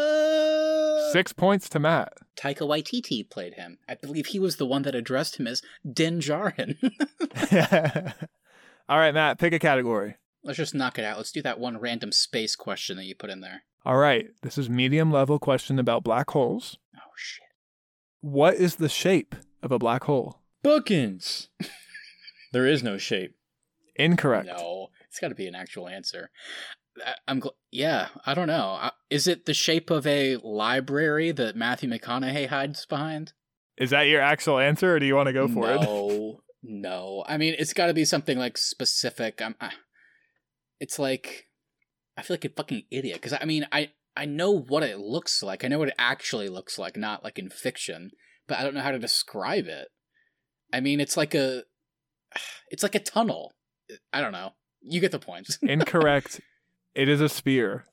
[SPEAKER 3] Yo!
[SPEAKER 1] Six points to Matt.
[SPEAKER 3] Taika Waititi played him. I believe he was the one that addressed him as Din Djarin.
[SPEAKER 1] All right, Matt, pick a category.
[SPEAKER 3] Let's just knock it out. Let's do that one random space question that you put in there.
[SPEAKER 1] All right, this is medium level question about black holes.
[SPEAKER 3] Oh, shit.
[SPEAKER 1] What is the shape of a black hole?
[SPEAKER 2] Buckins. there is no shape.
[SPEAKER 1] Incorrect.
[SPEAKER 3] No, it's got to be an actual answer. I- I'm gl- yeah, I don't know. I- Is it the shape of a library that Matthew McConaughey hides behind?
[SPEAKER 1] Is that your actual answer or do you want to go for it?
[SPEAKER 3] No, no. I mean, it's got to be something like specific. I'm. I, it's like, I feel like a fucking idiot because I mean, I I know what it looks like. I know what it actually looks like, not like in fiction, but I don't know how to describe it. I mean, it's like a, it's like a tunnel. I don't know. You get the point.
[SPEAKER 1] Incorrect. It is a sphere.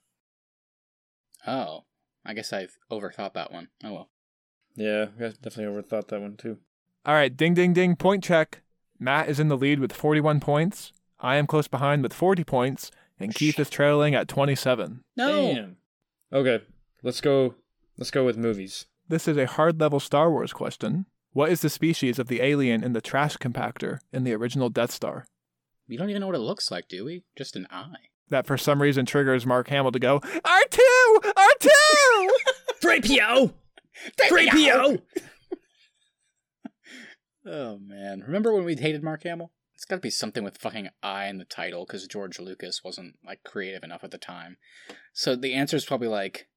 [SPEAKER 3] oh, I guess I've overthought that one. Oh well.
[SPEAKER 2] Yeah, I definitely overthought that one too.
[SPEAKER 1] All right, ding ding ding, point check. Matt is in the lead with 41 points. I am close behind with 40 points and Keith is trailing at 27.
[SPEAKER 3] No.
[SPEAKER 2] Damn. Okay, let's go. Let's go with movies.
[SPEAKER 1] This is a hard level Star Wars question. What is the species of the alien in the trash compactor in the original Death Star?
[SPEAKER 3] We don't even know what it looks like, do we? Just an eye.
[SPEAKER 1] That for some reason triggers Mark Hamill to go, R2! R2!
[SPEAKER 2] 3PO! 3PO!
[SPEAKER 3] Oh man, remember when we hated Mark Hamill? It's got to be something with fucking "I" in the title because George Lucas wasn't like creative enough at the time. So the answer is probably like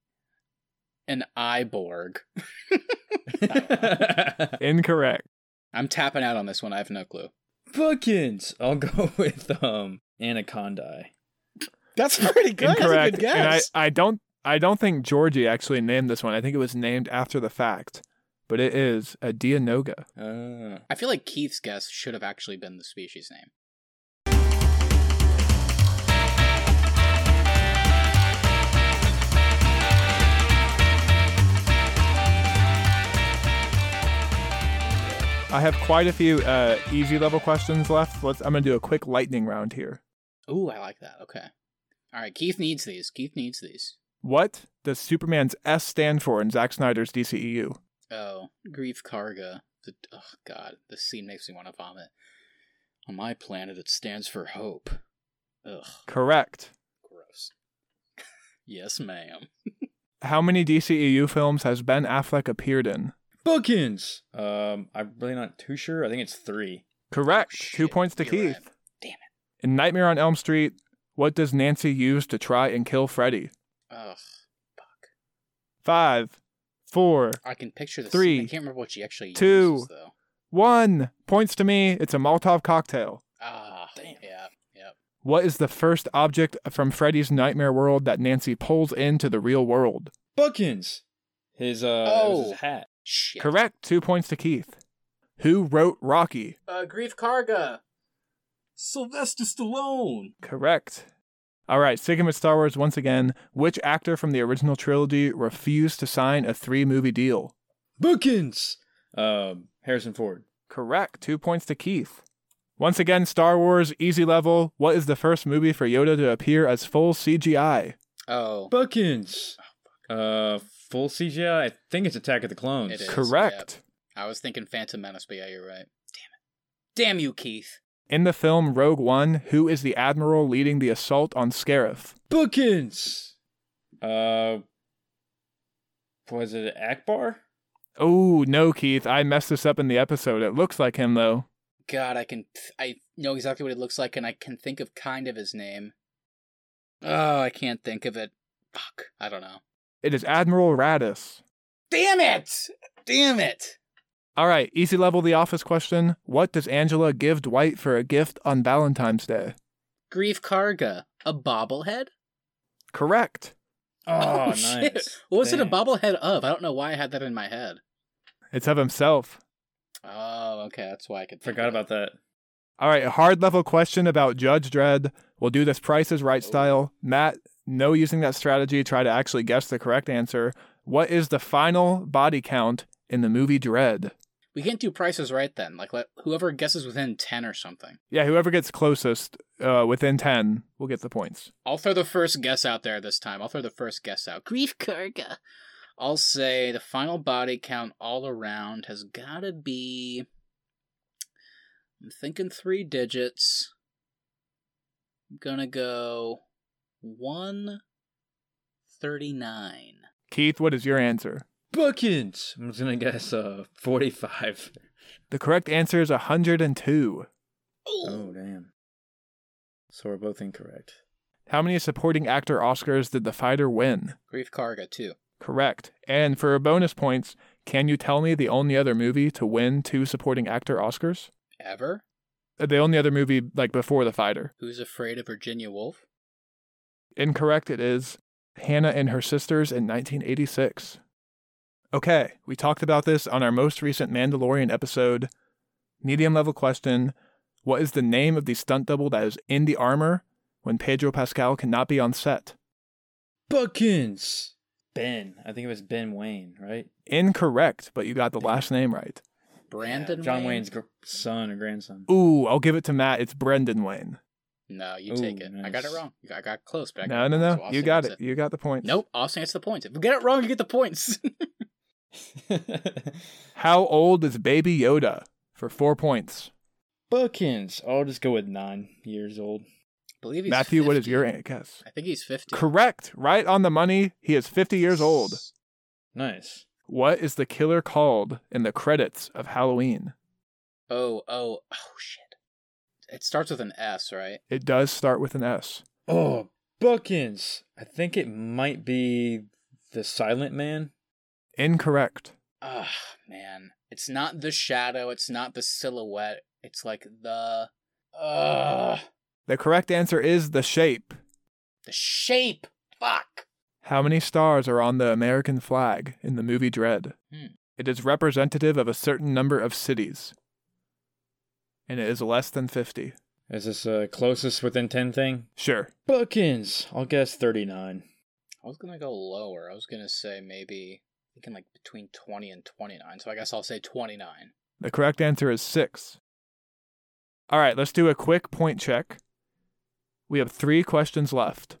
[SPEAKER 3] an Iborg.
[SPEAKER 1] Incorrect.
[SPEAKER 3] I'm tapping out on this one. I have no clue.
[SPEAKER 2] Bookins. I'll go with um Anaconda.
[SPEAKER 4] That's pretty good. That's a
[SPEAKER 1] Incorrect.
[SPEAKER 4] good
[SPEAKER 1] And I,
[SPEAKER 4] guess.
[SPEAKER 1] I don't I don't think Georgie actually named this one. I think it was named after the fact. But it is a Dianoga.
[SPEAKER 2] Uh,
[SPEAKER 3] I feel like Keith's guess should have actually been the species name.
[SPEAKER 1] I have quite a few uh, easy level questions left. Let's I'm gonna do a quick lightning round here.
[SPEAKER 3] Ooh, I like that. Okay. All right, Keith needs these. Keith needs these.
[SPEAKER 1] What does Superman's S stand for in Zack Snyder's E DCEU?
[SPEAKER 3] Oh, grief carga. The, oh God, this scene makes me want to vomit. On my planet, it stands for hope. Ugh,
[SPEAKER 1] Correct.
[SPEAKER 3] gross. yes, ma'am.
[SPEAKER 1] How many DCEU films has Ben Affleck appeared in?
[SPEAKER 2] Bookins. Um, I'm really not too sure. I think it's three.
[SPEAKER 1] Correct.
[SPEAKER 3] Oh, Shit,
[SPEAKER 1] Two points to
[SPEAKER 3] you're
[SPEAKER 1] Keith.
[SPEAKER 3] right. Damn it.
[SPEAKER 1] In Nightmare on Elm Street, what does Nancy use to try and kill Freddy?
[SPEAKER 3] Ugh,
[SPEAKER 1] Five, four,
[SPEAKER 3] I can picture this.
[SPEAKER 1] Three,
[SPEAKER 3] I can't remember what she actually
[SPEAKER 1] two.
[SPEAKER 3] uses though.
[SPEAKER 1] one. Points to me. It's a Molotov cocktail.
[SPEAKER 3] Ah, damn. Yeah, yep.
[SPEAKER 1] What is the first object from Freddy's nightmare world that Nancy pulls into the real world?
[SPEAKER 2] Bookins. His uh, it was
[SPEAKER 3] Oh.
[SPEAKER 2] his hat.
[SPEAKER 3] Shit.
[SPEAKER 1] Correct. Two points to Keith. Who wrote Rocky?
[SPEAKER 3] Uh, grief carga.
[SPEAKER 4] Sylvester Stallone.
[SPEAKER 1] Correct. All right, sticking with Star Wars once again. Which actor from the original trilogy refused to sign a three movie deal?
[SPEAKER 2] Bookins. Um, Harrison Ford.
[SPEAKER 1] Correct. Two points to Keith. Once again, Star Wars, easy level. What is the first movie for Yoda to appear as full CGI?
[SPEAKER 3] Oh,
[SPEAKER 2] Bookins. Uh, full CGI. I think it's Attack of the Clones.
[SPEAKER 3] It is.
[SPEAKER 1] Correct.
[SPEAKER 3] I was thinking Phantom Menace, but yeah, you're right. Damn it. Damn you, Keith.
[SPEAKER 1] In the film Rogue One, who is the admiral leading the assault on Scarif?
[SPEAKER 2] Bookins. Uh, was it Akbar?
[SPEAKER 1] Oh, no, Keith. I messed this up in the episode. It looks like him, though.
[SPEAKER 3] God, I can. I know exactly what it looks like, and I can think of kind of his name. Oh, I can't think of it. Fuck. I don't know.
[SPEAKER 1] It is Admiral Radis.
[SPEAKER 3] Damn it! Damn it!
[SPEAKER 1] All right, easy level The Office question. What does Angela give Dwight for a gift on Valentine's Day?
[SPEAKER 3] Grief carga. A bobblehead?
[SPEAKER 1] Correct.
[SPEAKER 2] Oh, nice.
[SPEAKER 3] What was it a
[SPEAKER 2] Dang.
[SPEAKER 3] bobblehead of? I don't know why I had that in my head.
[SPEAKER 1] It's of himself.
[SPEAKER 3] Oh, okay. That's why I could. think
[SPEAKER 2] Forgot
[SPEAKER 3] of it.
[SPEAKER 2] about that.
[SPEAKER 1] All right, a hard level question about Judge Dredd. We'll do this Price is Right style. Matt, no using that strategy. Try to actually guess the correct answer. What is the final body count in the movie Dredd?
[SPEAKER 3] We can't do prices right then. Like let, whoever guesses within ten or something.
[SPEAKER 1] Yeah, whoever gets closest uh, within 10 will get the points.
[SPEAKER 3] I'll throw the first guess out there this time. I'll throw the first guess out. Grief Karga. I'll say the final body count all around has got to be. I'm thinking three digits. I'm gonna go one thirty-nine.
[SPEAKER 1] Keith, what is your answer?
[SPEAKER 2] Bookins. I'm just gonna guess uh 45.
[SPEAKER 1] The correct answer is 102.
[SPEAKER 2] Oh damn. So we're both incorrect.
[SPEAKER 1] How many supporting actor Oscars did the fighter win?
[SPEAKER 3] Grief Karga too.
[SPEAKER 1] Correct. And for bonus points, can you tell me the only other movie to win two supporting actor Oscars?
[SPEAKER 3] Ever?
[SPEAKER 1] Uh, The only other movie like before the fighter.
[SPEAKER 3] Who's afraid of Virginia Woolf?
[SPEAKER 1] Incorrect. It is Hannah and her sisters in 1986. Okay, we talked about this on our most recent Mandalorian episode. Medium level question What is the name of the stunt double that is in the armor when Pedro Pascal cannot be on set?
[SPEAKER 2] Bookins. Ben. I think it was Ben Wayne, right?
[SPEAKER 1] Incorrect, but you got the last name right.
[SPEAKER 3] Brandon.
[SPEAKER 2] Yeah, John
[SPEAKER 3] Wayne?
[SPEAKER 2] Wayne's gr- son or grandson.
[SPEAKER 1] Ooh, I'll give it to Matt. It's Brendan Wayne.
[SPEAKER 3] No, you
[SPEAKER 2] Ooh,
[SPEAKER 3] take it. I got it
[SPEAKER 2] nice.
[SPEAKER 3] wrong. I got close, but I got
[SPEAKER 1] No,
[SPEAKER 3] it
[SPEAKER 1] no,
[SPEAKER 3] wrong,
[SPEAKER 1] no.
[SPEAKER 3] so Austin
[SPEAKER 1] you got
[SPEAKER 3] gets
[SPEAKER 1] it. You got the points.
[SPEAKER 3] Nope, Austin gets the points. If you get it wrong, you get the points.
[SPEAKER 1] How old is Baby Yoda? For four points.
[SPEAKER 2] Bookins. I'll just go with nine years old.
[SPEAKER 3] believe he's
[SPEAKER 1] Matthew, what is
[SPEAKER 3] 50.
[SPEAKER 1] your guess?
[SPEAKER 3] I think he's 50.
[SPEAKER 1] Correct. Right on the money. He is 50 years old.
[SPEAKER 2] Nice.
[SPEAKER 1] What is the killer called in the credits of Halloween?
[SPEAKER 3] Oh, oh, oh, shit. It starts with an S, right?
[SPEAKER 1] It does start with an S.
[SPEAKER 2] Oh, Bookins. I think it might be the Silent Man.
[SPEAKER 1] Incorrect.
[SPEAKER 3] Ah, man. It's not the shadow. It's not the silhouette. It's like the. Uh,
[SPEAKER 1] The correct answer is the shape.
[SPEAKER 3] the shape. Fuck.
[SPEAKER 1] How many stars are on the American flag in the movie Dread?
[SPEAKER 3] Hmm.
[SPEAKER 1] It is representative of a certain number of cities. And it is less than 50.
[SPEAKER 2] Is this uh, closest within 10 thing?
[SPEAKER 1] Sure.
[SPEAKER 2] Bookins. I'll guess 39.
[SPEAKER 3] I was gonna go lower. I was gonna say maybe thinking like between twenty and twenty nine. So I guess I'll say twenty nine.
[SPEAKER 1] The correct answer is six. All right, let's do a quick point check. We have three questions left.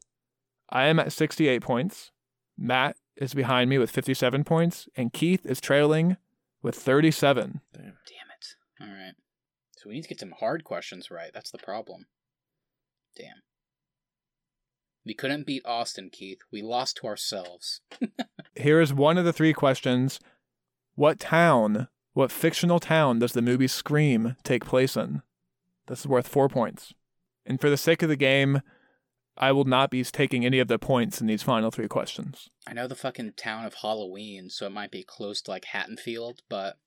[SPEAKER 1] I am at 68 points. Matt is behind me with 57 points. And Keith is trailing with 37.
[SPEAKER 2] Damn.
[SPEAKER 3] Damn it. All right. So we need to get some hard questions right. That's the problem. Damn. We couldn't beat Austin, Keith. We lost to ourselves.
[SPEAKER 1] Here is one of the three questions What town, what fictional town does the movie Scream take place in? This is worth four points. And for the sake of the game, I will not be taking any of the points in these final three questions.
[SPEAKER 3] I know the fucking town of Halloween, so it might be close to like Hattonfield, but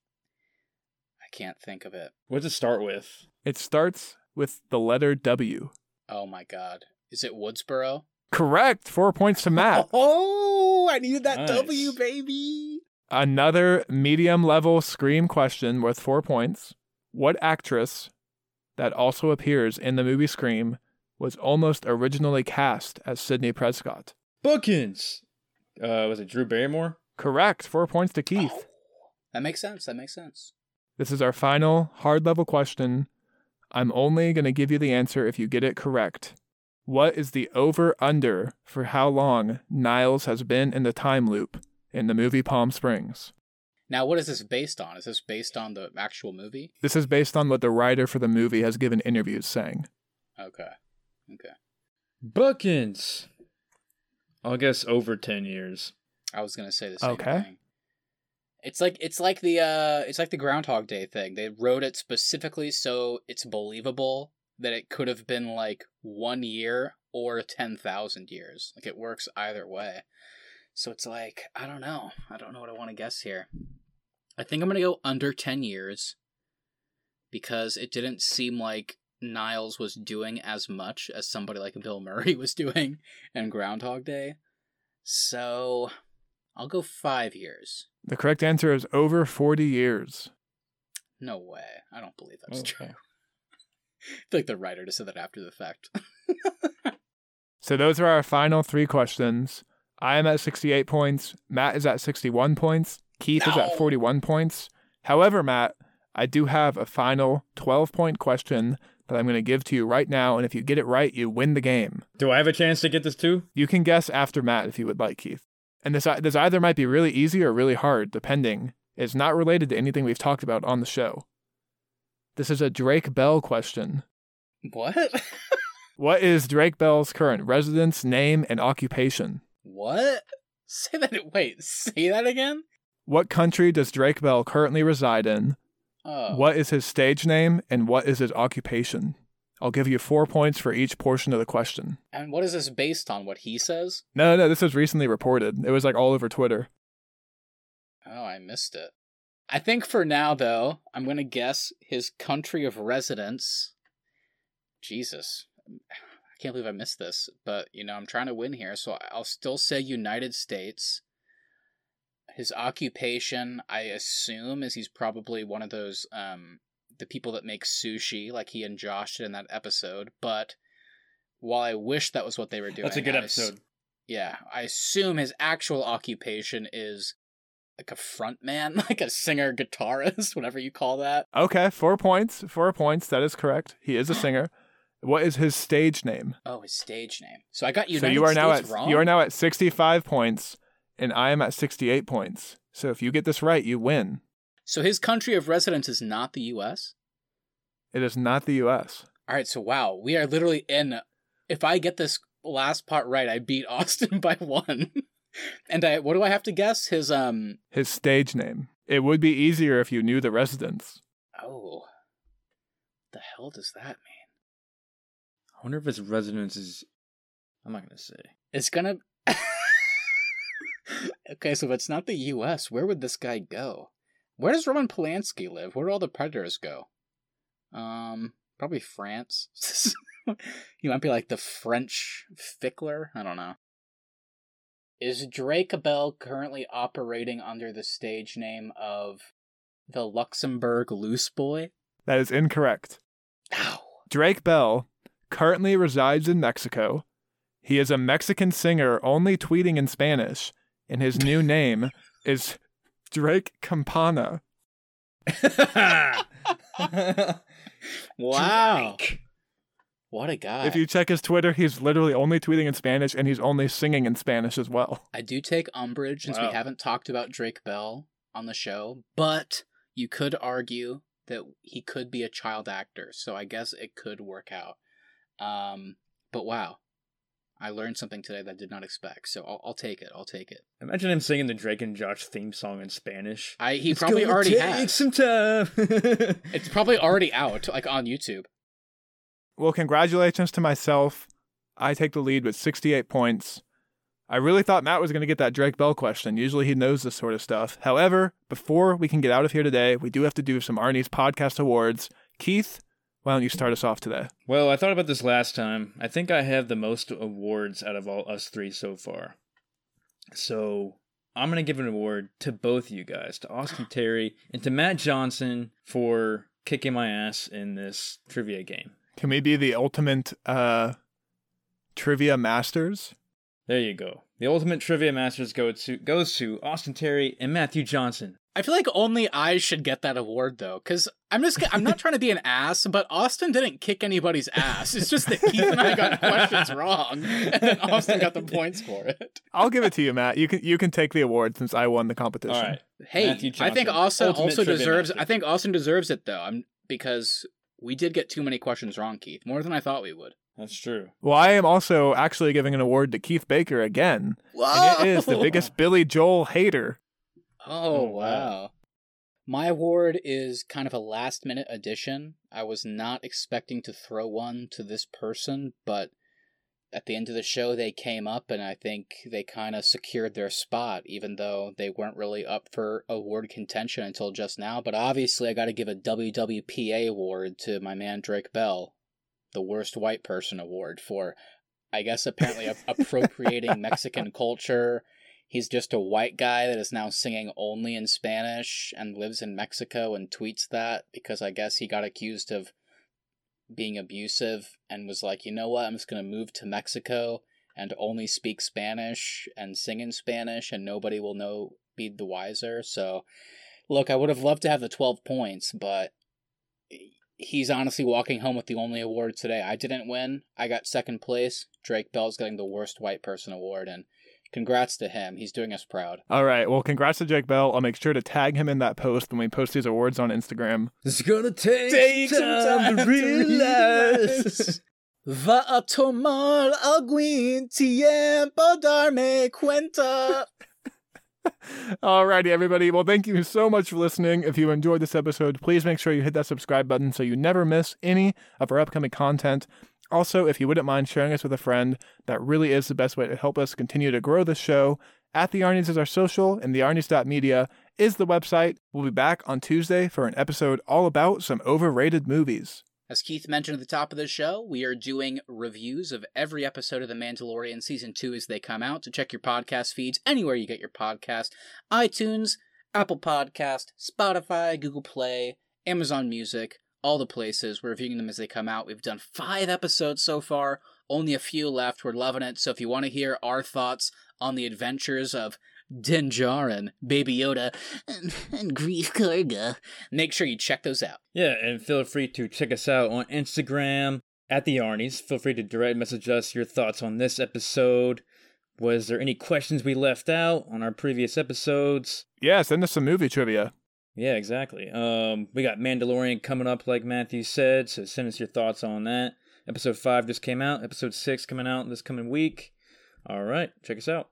[SPEAKER 3] I can't think of it.
[SPEAKER 2] What does it start with?
[SPEAKER 1] It starts with the letter W.
[SPEAKER 3] Oh my god. Is it Woodsboro?
[SPEAKER 1] Correct. Four points to Matt.
[SPEAKER 3] Oh, I needed
[SPEAKER 2] that Nice. W,
[SPEAKER 3] baby.
[SPEAKER 1] Another medium level scream question worth four points. What actress that also appears in the movie Scream was almost originally cast as Sidney Prescott?
[SPEAKER 2] Bookins. Uh, was it Drew Barrymore?
[SPEAKER 1] Correct. Four points to Keith.
[SPEAKER 3] That makes sense. That makes sense.
[SPEAKER 1] This is our final hard level question. I'm only going to give you the answer if you get it correct. What is the over under for how long Niles has been in the time loop in the movie Palm Springs?
[SPEAKER 3] Now, what is this based on? Is this based on the actual movie?
[SPEAKER 1] This is based on what the writer for the movie has given interviews saying.
[SPEAKER 3] Okay. Okay.
[SPEAKER 2] Bookins. I'll guess over 10 years.
[SPEAKER 3] I was gonna say the same
[SPEAKER 1] Okay.
[SPEAKER 3] thing. It's like it's like the uh it's like the Groundhog Day thing. They wrote it specifically so it's believable that it could have been like one year or ten thousand years. Like it works either way. So it's like I don't know. I don't know what I want to guess here. I think I'm gonna go under ten years because it didn't seem like Niles was doing as much as somebody like Bill Murray was doing in Groundhog Day. So I'll go five years.
[SPEAKER 1] The correct answer is over 40 years.
[SPEAKER 3] No way. I don't believe that's true.
[SPEAKER 2] Okay.
[SPEAKER 3] I feel like the writer just said that after the fact.
[SPEAKER 1] So those are our final three questions. I am at 68 points. Matt is at 61 points. Keith is
[SPEAKER 3] No.
[SPEAKER 1] at 41 points. However, Matt, I do have a final 12 point question that I'm going to give to you right now. And if you get it right, you win the game.
[SPEAKER 2] Do I have a chance to get this too?
[SPEAKER 1] You can guess after Matt if you would like, Keith. And this, this either might be really easy or really hard, depending. It's not related to anything we've talked about on the show. This is a Drake Bell question.
[SPEAKER 3] what?
[SPEAKER 1] What is Drake Bell's current residence, name, and occupation?
[SPEAKER 3] what? Say that. Wait, say that again?
[SPEAKER 1] What country does Drake Bell currently reside in?
[SPEAKER 3] Oh.
[SPEAKER 1] What is his stage name, and what is his occupation? I'll give you four points for each portion of the question.
[SPEAKER 3] And what is this based on? What he says?
[SPEAKER 1] No, no, this was recently reported. It was like all over Twitter.
[SPEAKER 3] Oh, I missed it. I think for now, though, I'm going to guess his country of residence. Jesus. I can't believe I missed this, but, you know, I'm trying to win here, so I'll still say United States. His occupation, I assume, is he's probably one of those, um, the people that make sushi, like he and Josh did in that episode, but. While I wish that was what they were doing,
[SPEAKER 2] That's a good
[SPEAKER 3] I s-
[SPEAKER 2] episode.
[SPEAKER 3] yeah, I assume his actual occupation is like a front man, like a singer guitarist, whatever you call that.
[SPEAKER 1] Okay, four points. Four points. That is correct. He is a singer. What is his stage name?
[SPEAKER 3] Oh, his stage name. So I got you.
[SPEAKER 1] so you are now at you are now at 65 points, and I am at 68 points. So if you get this right, you win.
[SPEAKER 3] So his country of residence is not the U.S.
[SPEAKER 1] It is not the U.S.
[SPEAKER 3] All right. So wow, we are literally in. If I get this last part right, I beat Austin by one. and I, what do I have to guess? His um.
[SPEAKER 1] His stage name. It would be easier if you knew the residence.
[SPEAKER 3] Oh, the hell does that mean?
[SPEAKER 2] I wonder if his residence is. I'm not gonna say.
[SPEAKER 3] It's gonna. okay, so if it's not the U.S., where would this guy go? Where does Roman Polanski live? Where do all the predators go? Um, probably France. you might be like the French Fickler. I don't know. Is Drake Bell currently operating under the stage name of the Luxembourg Loose Boy?
[SPEAKER 1] That is incorrect.
[SPEAKER 3] Ow.
[SPEAKER 1] Drake Bell currently resides in Mexico. He is a Mexican singer only tweeting in Spanish, and his new name is Drake Campana.
[SPEAKER 3] wow. What a guy.
[SPEAKER 1] If you check his Twitter, he's literally only tweeting in Spanish and he's only singing in Spanish as well.
[SPEAKER 3] I do take umbrage since
[SPEAKER 2] Wow.
[SPEAKER 3] we haven't talked about Drake Bell on the show, but you could argue that he could be a child actor, so I guess it could work out. Um, but wow, I learned something today that I did not expect, so I'll, I'll take it. I'll take it.
[SPEAKER 2] Imagine him singing the Drake and Josh theme song in Spanish.
[SPEAKER 3] I Uh, he
[SPEAKER 2] It's
[SPEAKER 3] probably
[SPEAKER 2] gonna
[SPEAKER 3] already
[SPEAKER 2] take
[SPEAKER 3] has.
[SPEAKER 2] some time.
[SPEAKER 3] It's probably already out, like on YouTube.
[SPEAKER 1] Well, congratulations to myself. I take the lead with 68 points. I really thought Matt was going to get that Drake Bell question. Usually he knows this sort of stuff. However, before we can get out of here today, we do have to do some Arnie's podcast awards. Keith, why don't you start us off today?
[SPEAKER 2] well, I thought about this last time. I think I have the most awards out of all us three so far. So I'm gonna give an award to both you guys, to Austin Terry and to Matt Johnson for kicking my ass in this trivia game.
[SPEAKER 1] Can we be the ultimate uh, trivia masters?
[SPEAKER 2] There you go. The ultimate trivia masters go to goes to Austin Terry and Matthew Johnson.
[SPEAKER 3] I feel like only I should get that award though, because I'm just I'm not trying to be an ass, but Austin didn't kick anybody's ass. It's just that Keith and I got questions wrong, and then Austin got the points for it.
[SPEAKER 1] I'll give it to you, Matt. You can you can take the award since I won the competition.
[SPEAKER 2] All right.
[SPEAKER 3] Hey,
[SPEAKER 2] Matthew
[SPEAKER 3] I think
[SPEAKER 2] Johnson,
[SPEAKER 3] Austin
[SPEAKER 2] ultimate
[SPEAKER 3] also
[SPEAKER 2] trivia
[SPEAKER 3] deserves.
[SPEAKER 2] master.
[SPEAKER 3] I think Austin deserves it though, I'm, because we did get too many questions wrong, Keith, more than I thought we would.
[SPEAKER 2] That's true.
[SPEAKER 1] Well, I am also actually giving an award to Keith Baker again.
[SPEAKER 3] Whoa!
[SPEAKER 1] And it is the biggest Billy Joel hater.
[SPEAKER 3] Oh,
[SPEAKER 2] Oh,
[SPEAKER 3] wow.
[SPEAKER 2] wow.
[SPEAKER 3] My award is kind of a last minute addition. I was not expecting to throw one to this person, but at the end of the show, they came up and I think they kind of secured their spot, even though they weren't really up for award contention until just now. But obviously, I got to give a WWPA award to my man Drake Bell, the worst white person award for, I guess, apparently ap- appropriating Mexican culture. He's just a white guy that is now singing only in Spanish and lives in Mexico and tweets that because I guess he got accused of being abusive and was like, you know what, I'm just going to move to Mexico and only speak Spanish and sing in Spanish and nobody will know, be the wiser. So, look, I would have loved to have the 12 points, but he's honestly walking home with the only award today. I didn't win, I got second place. Drake Bell's getting the worst white person award and Congrats to him. He's doing us proud.
[SPEAKER 1] All right. Well, congrats to Jake Bell. I'll make sure to tag him in that post when we post these awards on Instagram.
[SPEAKER 2] It's gonna take,
[SPEAKER 3] Va a tomar algún tiempo darme cuenta.
[SPEAKER 1] Alrighty, everybody. Well, thank you so much for listening. If you enjoyed this episode, please make sure you hit that subscribe button so you never miss any of our upcoming content. Also, if you wouldn't mind sharing us with a friend, that really is the best way to help us continue to grow this show. At the Arnie's is our social, and thearnie's.media is the website. We'll be back on Tuesday for an episode all about some overrated movies.
[SPEAKER 3] As Keith mentioned at the top of the show, we are doing reviews of every episode of The Mandalorian Season 2 as they come out. To check your podcast feeds anywhere you get your podcast iTunes, Apple Podcast, Spotify, Google Play, Amazon Music, all the places. We're reviewing them as they come out. We've done five episodes so far, only a few left. We're loving it. So if you want to hear our thoughts on the adventures of Din Djarin, Baby Yoda, and, and Grief Karga, make sure you check those out.
[SPEAKER 2] Yeah, and feel free to check us out on Instagram, at the Arnie's. Feel free to direct message us your thoughts on this episode. Was there any questions we left out on our previous episodes?
[SPEAKER 1] Yeah, send us some movie trivia.
[SPEAKER 2] Yeah, exactly. Um, we got Mandalorian coming up, like Matthew said. So send us your thoughts on that. Episode five just came out. Episode six coming out this coming week. All right, check us out.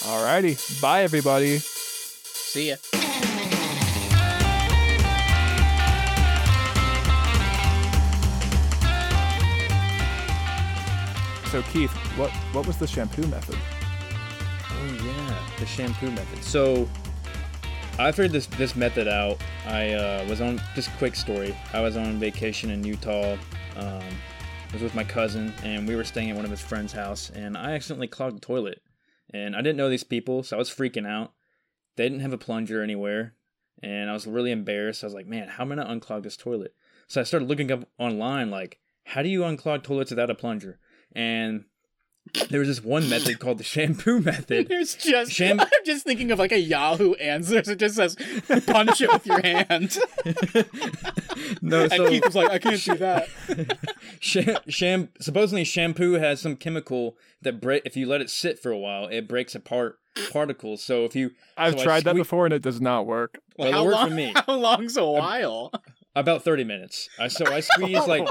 [SPEAKER 1] Alrighty. Bye, everybody.
[SPEAKER 3] See ya.
[SPEAKER 1] So, Keith, what, what was the shampoo method?
[SPEAKER 2] Oh yeah, the shampoo method. So I figured this this method out. I uh, was on just quick story. I was on vacation in Utah. Um, I was with my cousin, and we were staying at one of his friend's house. And I accidentally clogged the toilet, and I didn't know these people, so I was freaking out. They didn't have a plunger anywhere, and I was really embarrassed. I was like, "Man, how am I gonna unclog this toilet?" So I started looking up online, like, "How do you unclog toilets without a plunger?" And there was this one method called the shampoo method.
[SPEAKER 3] There's just
[SPEAKER 2] Sham-
[SPEAKER 3] I'm just thinking of like a Yahoo answers. It just says punch it with your hand.
[SPEAKER 2] No, so-
[SPEAKER 3] and Keith was like, I can't do that.
[SPEAKER 2] Sham, sham, supposedly shampoo has some chemical that break. If you let it sit for a while, it breaks apart particles. So if you,
[SPEAKER 1] I've
[SPEAKER 2] so I
[SPEAKER 1] tried that
[SPEAKER 2] sque-
[SPEAKER 1] before and it does not work.
[SPEAKER 2] Well,
[SPEAKER 3] how
[SPEAKER 2] it worked
[SPEAKER 3] long?
[SPEAKER 2] for me.
[SPEAKER 3] How long's a while?
[SPEAKER 2] About thirty minutes. I so I squeezed like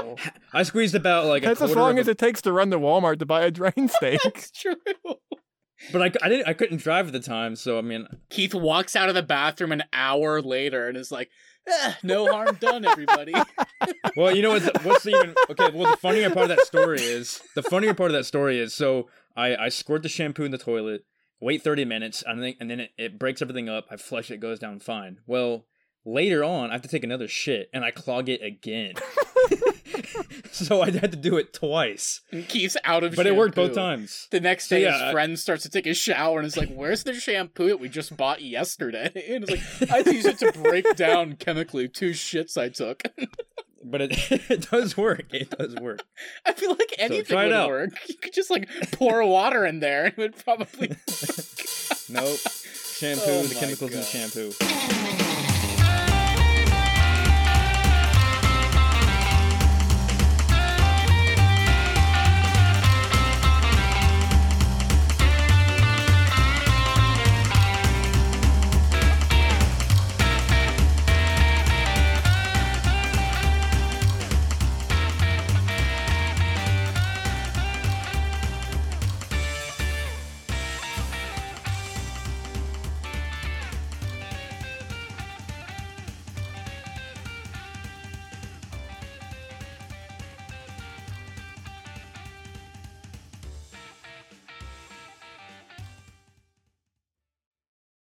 [SPEAKER 2] I squeezed about like
[SPEAKER 1] That's
[SPEAKER 2] a
[SPEAKER 1] as
[SPEAKER 2] quarter
[SPEAKER 1] long
[SPEAKER 2] of
[SPEAKER 1] as
[SPEAKER 2] a-
[SPEAKER 1] it takes to run to Walmart to buy a drain steak.
[SPEAKER 3] True.
[SPEAKER 2] But I, c- I didn't I couldn't drive at the time, so I mean
[SPEAKER 3] Keith walks out of the bathroom an hour later and is like, "Eh, no harm done, everybody.
[SPEAKER 2] well, you know what's what's even okay. Well, the funnier part of that story is the funnier part of that story is so I I squirt the shampoo in the toilet, wait thirty minutes, and then and then it, it breaks everything up. I flush it, goes down fine. Well, later on, I have to take another shit and I clog it again. so I had to do it twice,
[SPEAKER 3] and Keith's out of
[SPEAKER 2] but it worked both
[SPEAKER 3] shampoo.
[SPEAKER 2] times.
[SPEAKER 3] The next
[SPEAKER 2] So,
[SPEAKER 3] day,
[SPEAKER 2] yeah, I-
[SPEAKER 3] his friend starts to take a shower and is like, "Where's the shampoo that we just bought yesterday?" And it's like, "I used it to break down chemically two shits I took."
[SPEAKER 2] But it it does work. It does work.
[SPEAKER 3] I feel like anything
[SPEAKER 2] try it
[SPEAKER 3] would
[SPEAKER 2] out.
[SPEAKER 3] work. You could just like pour water in there; it would probably.
[SPEAKER 2] Nope. Shampoo.
[SPEAKER 3] Oh
[SPEAKER 2] the
[SPEAKER 3] my
[SPEAKER 2] chemicals in
[SPEAKER 3] God.
[SPEAKER 2] shampoo.